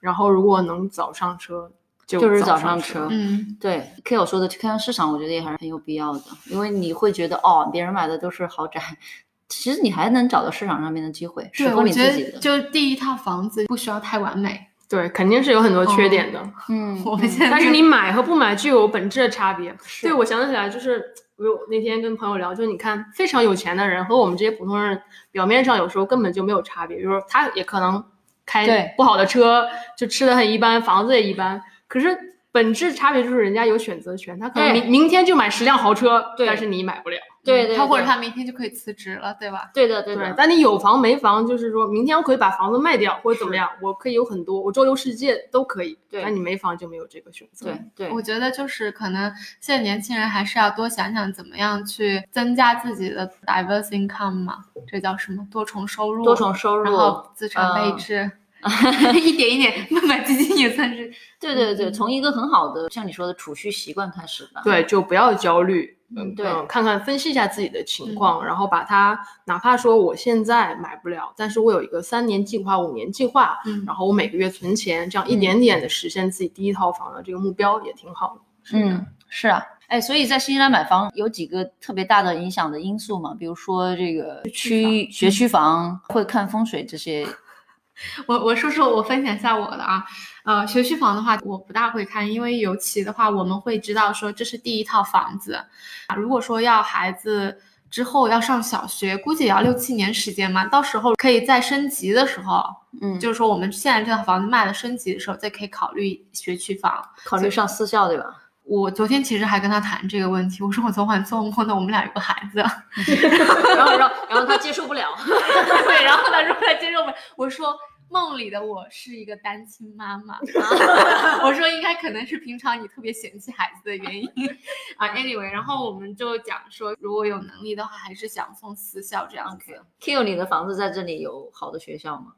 Speaker 3: 然后如果能早上车，就
Speaker 1: 就是
Speaker 3: 早
Speaker 1: 早上
Speaker 3: 车。
Speaker 1: 车。
Speaker 2: 嗯，
Speaker 1: 对，K 我说的去看看市场，我觉得也还是很有必要的，因为你会觉得哦，别人买的都是豪宅，其实你还能找到市场上面的机会，适
Speaker 2: 对，
Speaker 1: 合
Speaker 2: 我
Speaker 1: 你
Speaker 2: 觉
Speaker 1: 自己
Speaker 2: 得
Speaker 1: 的。
Speaker 2: 就第一套房子不需要太完美。
Speaker 3: 对，肯定是有很多缺点的，
Speaker 1: 嗯，
Speaker 2: 我们现在
Speaker 3: 但是你买和不买具有本质的差别。
Speaker 1: 是
Speaker 3: 对，我想起来，就是我有那天跟朋友聊，就你看非常有钱的人和我们这些普通人，表面上有时候根本就没有差别。比如说他也可能开
Speaker 1: 对
Speaker 3: 不好的车，就吃的很一般，房子也一般，可是本质差别就是人家有选择权，他可能
Speaker 1: 对
Speaker 3: 明明天就买十辆豪车，
Speaker 1: 哎对
Speaker 3: 但是你买不了。
Speaker 1: 对对
Speaker 2: 他或者
Speaker 1: 对
Speaker 2: 他明天就可以辞职了，对吧？
Speaker 1: 对的对
Speaker 3: 对
Speaker 1: 的，，
Speaker 3: 但你有房没房，就是说明天我可以把房子卖掉或者怎么样，我可以有很多，我周游世界都可以。
Speaker 1: 对
Speaker 3: 但你没房就没有这个选择。
Speaker 1: 对对
Speaker 2: 我觉得就是可能现在年轻人还是要多想想怎么样去增加自己的 diverse income 嘛，这叫什么？多重收入，啊
Speaker 1: 多重收
Speaker 2: 然
Speaker 1: 入，
Speaker 2: 后资产配
Speaker 1: 嗯
Speaker 2: 置，一点一点慢慢基金也算是
Speaker 1: 对对
Speaker 2: 嗯
Speaker 1: 对，从一个很好的像你说的储蓄习惯开始吧。
Speaker 3: 对，就不要焦虑，嗯，
Speaker 1: 对嗯
Speaker 3: 嗯看看分析一下自己的情况，然后把它，哪怕说我现在买不了，但是我有一个三年计划、五年计划，
Speaker 2: 嗯
Speaker 3: 然后我每个月存钱，这样一
Speaker 1: 嗯
Speaker 3: 点点的实现自己第一套房的这个目标也挺好的。
Speaker 1: 嗯，是啊，哎，所以在新西兰买房有几个特别大的影响的因素嘛，比如说这个区学区房会看风水这些。
Speaker 2: 我我说说我分享一下我的啊，呃，学区房的话我不大会看，因为尤其的话我们会知道说这是第一套房子，啊如果说要孩子之后要上小学，估计也要六七年时间嘛，到时候可以在升级的时候，
Speaker 1: 嗯，
Speaker 2: 就是说我们现在这套房子卖了升级的时候，再可以考虑学区房。
Speaker 1: 考虑上私校对吧？
Speaker 2: 我昨天其实还跟他谈这个问题，我说我昨晚做梦呢，我们俩有个孩子，
Speaker 1: 然后，然后，然后他接受不 了。
Speaker 2: 对，然后他说他接受不了，我说梦里的我是一个单亲妈妈，啊 我说应该可能是平常你特别嫌弃孩子的原因啊。Anyway，然后我们就讲说，如果有能力的话，还是想送私校这样子。
Speaker 1: Q，你的房子在这里有好的学校吗？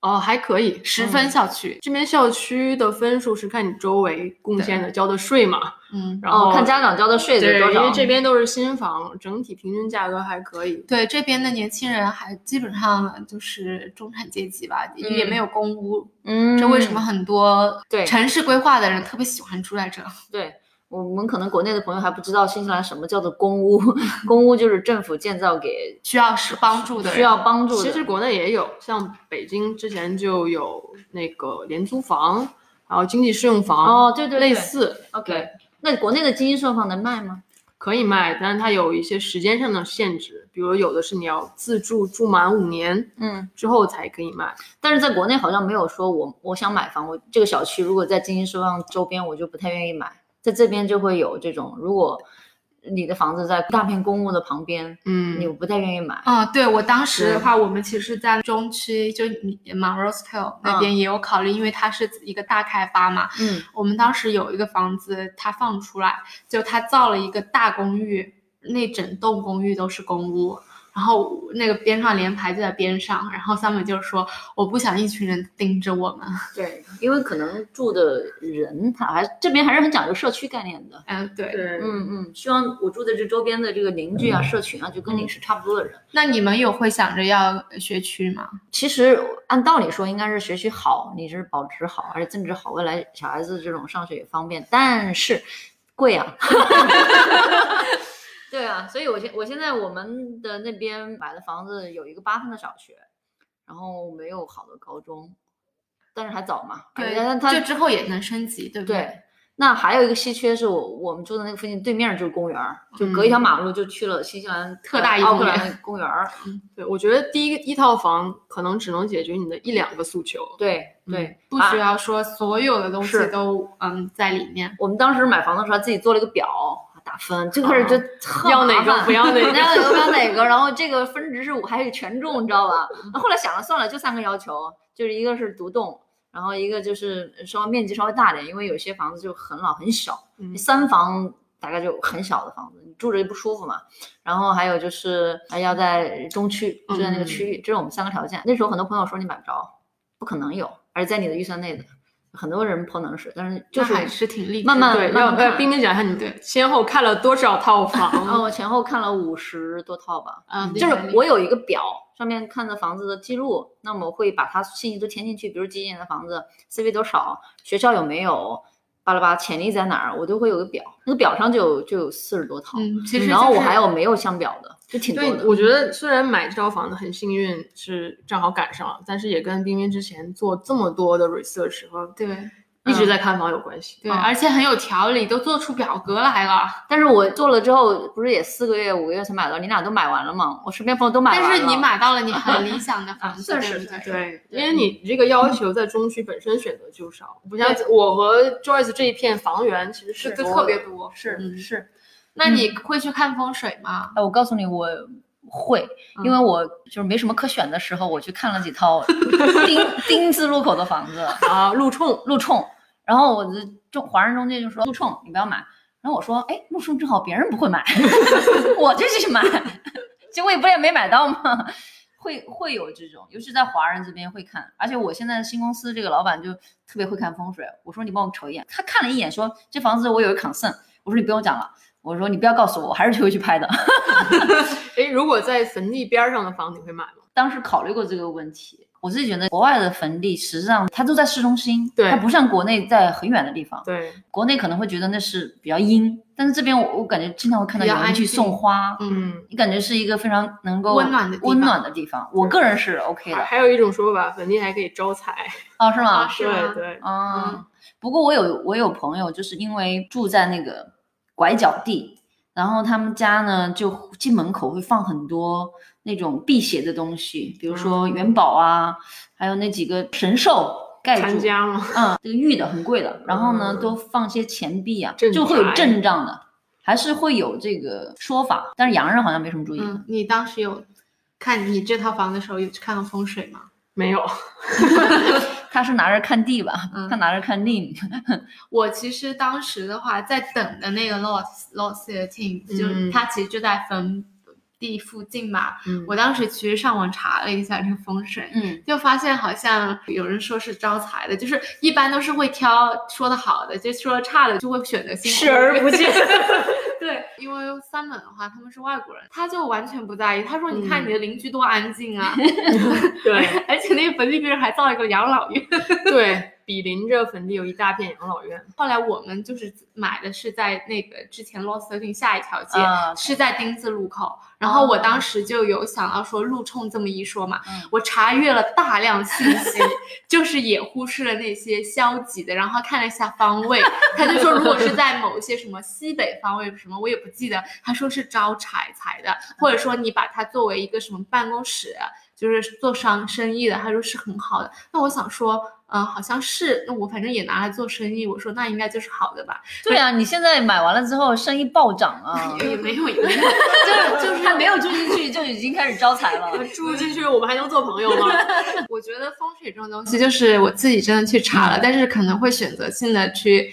Speaker 3: 哦，还可以。
Speaker 2: 十
Speaker 1: 嗯
Speaker 2: 分校区，
Speaker 3: 这边校区的分数是看你周围贡献的交的税嘛，
Speaker 2: 嗯，
Speaker 3: 然后、
Speaker 1: 哦，看家长交的税得
Speaker 3: 对，
Speaker 1: 多
Speaker 3: 因为
Speaker 1: 少？
Speaker 3: 这边都是新房，整体平均价格还可以。
Speaker 2: 对，这边的年轻人还基本上就是中产阶级吧，也
Speaker 1: 嗯
Speaker 2: 没有公屋，
Speaker 1: 嗯
Speaker 2: 这为什么很多
Speaker 1: 对
Speaker 2: 城市规划的人特别喜欢住在这？
Speaker 1: 对我们可能国内的朋友还不知道新西兰什么叫做公屋， 公屋就是政府建造给
Speaker 2: 需要是帮助的人，
Speaker 1: 需要帮助的。
Speaker 3: 其实国内也有，像北京之前就有那个廉租房，然后经济适用房，
Speaker 1: 哦，对对对，
Speaker 3: 类似
Speaker 1: OK
Speaker 3: 对。
Speaker 1: 那国内的精英售房能卖吗？
Speaker 3: 可以卖，但是它有一些时间上的限制，比如有的是你要自住住满五年
Speaker 1: 嗯，
Speaker 3: 之后才可以卖。
Speaker 1: 但是在国内好像没有说我我想买房，我这个小区如果在精英售房周边，我就不太愿意买。在这边就会有这种，如果你的房子在大片公墓的旁边，
Speaker 3: 嗯
Speaker 1: 你不太愿意买。
Speaker 2: 嗯，对我当时的
Speaker 1: 对
Speaker 2: 话，我们其实，在中区就你 m a r o s t a l 那边也有考虑，因为它是一个大开发嘛。
Speaker 1: 嗯
Speaker 2: 我们当时有一个房子，它放出来，就它造了一个大公寓，那整栋公寓都是公屋。然后那个边上联排就在边上，然后 Summer 就说：“我不想一群人盯着我们。
Speaker 1: 对， 因为可能住的人他还这边还是很讲究社区概念的。”
Speaker 2: 嗯，对。
Speaker 3: 对
Speaker 1: 嗯嗯，希望我住的这周边的这个邻居啊、社群啊，就跟你是差不多的人。
Speaker 2: 那你们有会想着要学区吗？
Speaker 1: 其实按道理说，应该是学习好，你是保值好，而且增值好，未来小孩子这种上学也方便。但是贵啊， 对啊，所以我现我现在我们的那边买的房子有一个八分的小学，然后没有好的高中，但是还早嘛。哎但它
Speaker 2: 就之后也能升级，对不
Speaker 1: 对，那还有一个稀缺是我我们住的那个附近对面就是公园儿，就隔一条马路就去了新西兰
Speaker 2: 嗯特大一
Speaker 1: 奥
Speaker 2: 公
Speaker 1: 克兰
Speaker 2: 园
Speaker 1: 那个公园儿。
Speaker 3: 对，我觉得第一一套房可能只能解决你的一两个诉求。
Speaker 1: 对对，
Speaker 2: 不
Speaker 1: 啊
Speaker 2: 需要说所有的东西
Speaker 1: 是
Speaker 2: 都、嗯在里面。
Speaker 1: 我们当时买房的时候还自己做了一个表打分，最开始就特
Speaker 3: 哦要
Speaker 1: 麻
Speaker 3: 哪个
Speaker 1: 烦
Speaker 3: 不要 哪个
Speaker 1: 要哪个不要哪 个，然后这个分值是五，还有权重，你知道吧？那后来想了算了，就三个要求，就是一个是独栋，然后一个就是稍微面积稍微大点，因为有些房子就很老很小，
Speaker 3: 嗯
Speaker 1: 三房大概就很小的房子，你住着也不舒服嘛。然后还有就是还要在中区，住在那个
Speaker 3: 嗯
Speaker 1: 区域，这是我们三个条件。那时候很多朋友说你买不着，不可能有，而且在你的预算内的。很多人泼冷水，但是就
Speaker 2: 那
Speaker 1: 是
Speaker 2: 还是挺励志的。
Speaker 1: 慢慢
Speaker 3: 对，
Speaker 1: 慢
Speaker 3: 要
Speaker 1: 慢
Speaker 3: 要
Speaker 1: 看
Speaker 3: 冰冰讲一下你对先后看了多少套
Speaker 1: 然后
Speaker 3: 房？
Speaker 1: 我前后看了五十多套吧，
Speaker 2: 嗯，
Speaker 1: 哦就
Speaker 2: 理解
Speaker 1: 是
Speaker 2: 理
Speaker 1: 我有一个表，上面看的房子的记录，那么我会把它信息都填进去，比如几几年的房子，CV 多少，学校有没有，巴拉巴拉，潜力在哪儿，我都会有个表，那个表上就有就有四十多套，
Speaker 2: 嗯，其实、就是、
Speaker 1: 然后我还有没有相表的，就挺多
Speaker 3: 对，
Speaker 1: 的。
Speaker 3: 我觉得虽然买这套房子很幸运是正好赶上了，但是也跟冰冰之前做这么多的 research 和
Speaker 2: 对
Speaker 3: 一直在看房有关系。
Speaker 1: 嗯
Speaker 2: 对、而且很有条理，都做出表格来了。
Speaker 1: 但是我做了之后，不是也四个月、五个月才买到，你俩都买完了吗？我身边朋友都买完了。
Speaker 2: 但是你买到了你很 理想的房子，
Speaker 1: 算
Speaker 2: 对
Speaker 1: 是
Speaker 2: 不对？
Speaker 3: 对，因为你这个要求在中区本身选择就少，不像我和 Joyce 这一片房源其实是
Speaker 2: 是的，
Speaker 3: 多
Speaker 2: 特
Speaker 3: 的
Speaker 2: 别多。嗯
Speaker 1: 是，
Speaker 2: 那你会去看风水吗？
Speaker 1: 哎，我告诉你，我会，
Speaker 3: 嗯
Speaker 1: 因为我就是没什么可选的时候，我去看了几套 丁丁字路口的房子，
Speaker 3: 啊，路冲
Speaker 1: 路冲，然后我的中华人中介就说路冲你不要买，然后我说哎路冲正好别人不会买， 我就去买， 结果也不也没买到嘛。会会有这种，尤其在华人这边会看，而且我现在新公司这个老板就特别会看风水。我说你帮我瞅一眼，他看了一眼说这房子我有一 concern，我说你不用讲了，我说你不要告诉我，我还是会去拍的。
Speaker 3: 哎，如果在坟地边儿上的房，你会买吗？
Speaker 1: 当时考虑过这个问题。我自己觉得国外的坟地实际上它都在市中心，
Speaker 3: 对
Speaker 1: 它不像国内在很远的地方。
Speaker 3: 对，
Speaker 1: 国内可能会觉得那是比较阴，但是这边我我感觉经常会看到
Speaker 2: 比较
Speaker 1: 有人
Speaker 2: 安
Speaker 1: 去
Speaker 2: 静
Speaker 1: 送花，
Speaker 3: 嗯。
Speaker 1: 你感觉是一个非常能够
Speaker 2: 温暖的地
Speaker 1: 温
Speaker 2: 方嗯
Speaker 1: 暖的地方。我个人是 OK
Speaker 3: 还
Speaker 1: 的
Speaker 3: 还有一种说法，坟地还可以招财。
Speaker 1: 哦，是吗？
Speaker 2: 啊是
Speaker 3: 对
Speaker 2: 吗？
Speaker 3: 对，
Speaker 1: 啊、
Speaker 2: 嗯
Speaker 1: 不过我有我有朋友，就是因为住在那个拐角地，然后他们家呢就进门口会放很多那种辟邪的东西，比如说元宝啊，还有那几个神兽盖
Speaker 3: 参
Speaker 1: 住，
Speaker 3: 加嘛，
Speaker 1: 嗯，这个玉的很贵的，然后呢、
Speaker 3: 嗯
Speaker 1: 都放些钱币啊，
Speaker 3: 镇
Speaker 1: 就会有
Speaker 3: 宅
Speaker 1: 阵仗的。还是会有这个说法，但是洋人好像没什么注意。
Speaker 2: 嗯，你当时有看你这套房的时候有去看过风水吗？
Speaker 3: 没有。
Speaker 1: 他是拿着看地吧，
Speaker 2: 嗯
Speaker 1: 他拿着看地。
Speaker 2: 我其实当时的话，在等的那个 lot lot thirteen，就是
Speaker 3: 嗯
Speaker 2: 它其实就在坟地附近嘛。
Speaker 3: 嗯
Speaker 2: 我当时其实上网查了一下这个风水，
Speaker 1: 嗯，
Speaker 2: 就发现好像有人说是招财的，就是一般都是会挑说的好的，就说差的就会选择性
Speaker 3: 视而不见。
Speaker 2: 对，因为 Simon 的话，他们是外国人，他就完全不在意。他说：“你看你的邻居多安静啊！”
Speaker 3: 对
Speaker 2: 而且那个坟地边上还造了一个养老院。
Speaker 3: 对，比邻着坟地有一大片养老院。
Speaker 2: 后来我们就是买的是在那个之前 Lost Lane 下一条街，
Speaker 1: 啊，OK
Speaker 2: 是在丁字路口。然后我当时就有想到说路冲这么一说嘛，
Speaker 1: 嗯
Speaker 2: 我查阅了大量信息， 就是也忽视了那些消极的，然后看了一下方位，他就说如果是在某些什么西北方位什么，我也不记得，他说是招财财的，或者说你把它作为一个什么办公室，就是做商生意的，他说是很好的。那我想说，嗯、好像是，那我反正也拿来做生意，我说那应该就是好的吧，
Speaker 1: 对啊，你现在买完了之后，生意暴涨啊！
Speaker 2: 也没有也没有，
Speaker 1: 就是就是还没有住进去就已经开始招财了。
Speaker 3: 住进去，我们还能做朋友吗？
Speaker 2: 我觉得风水这种东西，就是我自己真的去查了，但是可能会选择性的去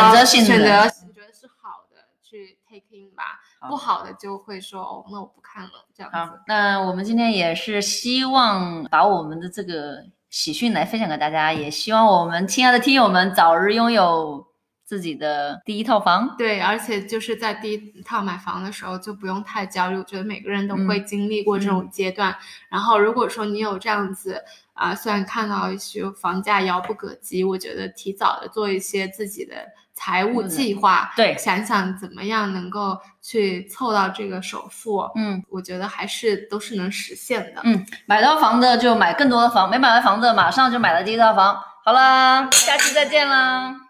Speaker 1: 嗯选择性地
Speaker 2: 选择你觉得是好的去 take in 吧，
Speaker 1: 好
Speaker 2: 不好的就会说哦，那我不看了这样
Speaker 1: 好
Speaker 2: 子。，
Speaker 1: 那我们今天也是希望把我们的这个喜讯来分享给大家，也希望我们亲爱的听友们早日拥有自己的第一套房。
Speaker 2: 对，而且就是在第一套买房的时候就不用太焦虑，我觉得每个人都
Speaker 1: 嗯
Speaker 2: 会经历过这种阶段。然后如果说你有这样子啊、虽然看到一些房价遥不可及，我觉得提早的做一些自己的财务
Speaker 1: 嗯
Speaker 2: 计划，
Speaker 1: 对
Speaker 2: 想想怎么样能够去凑到这个首付，
Speaker 1: 嗯，
Speaker 2: 我觉得还是都是能实现的。
Speaker 1: 买到房的就买更多的房，没买完房的马上就买了第一套房。好啦，下期再见啦。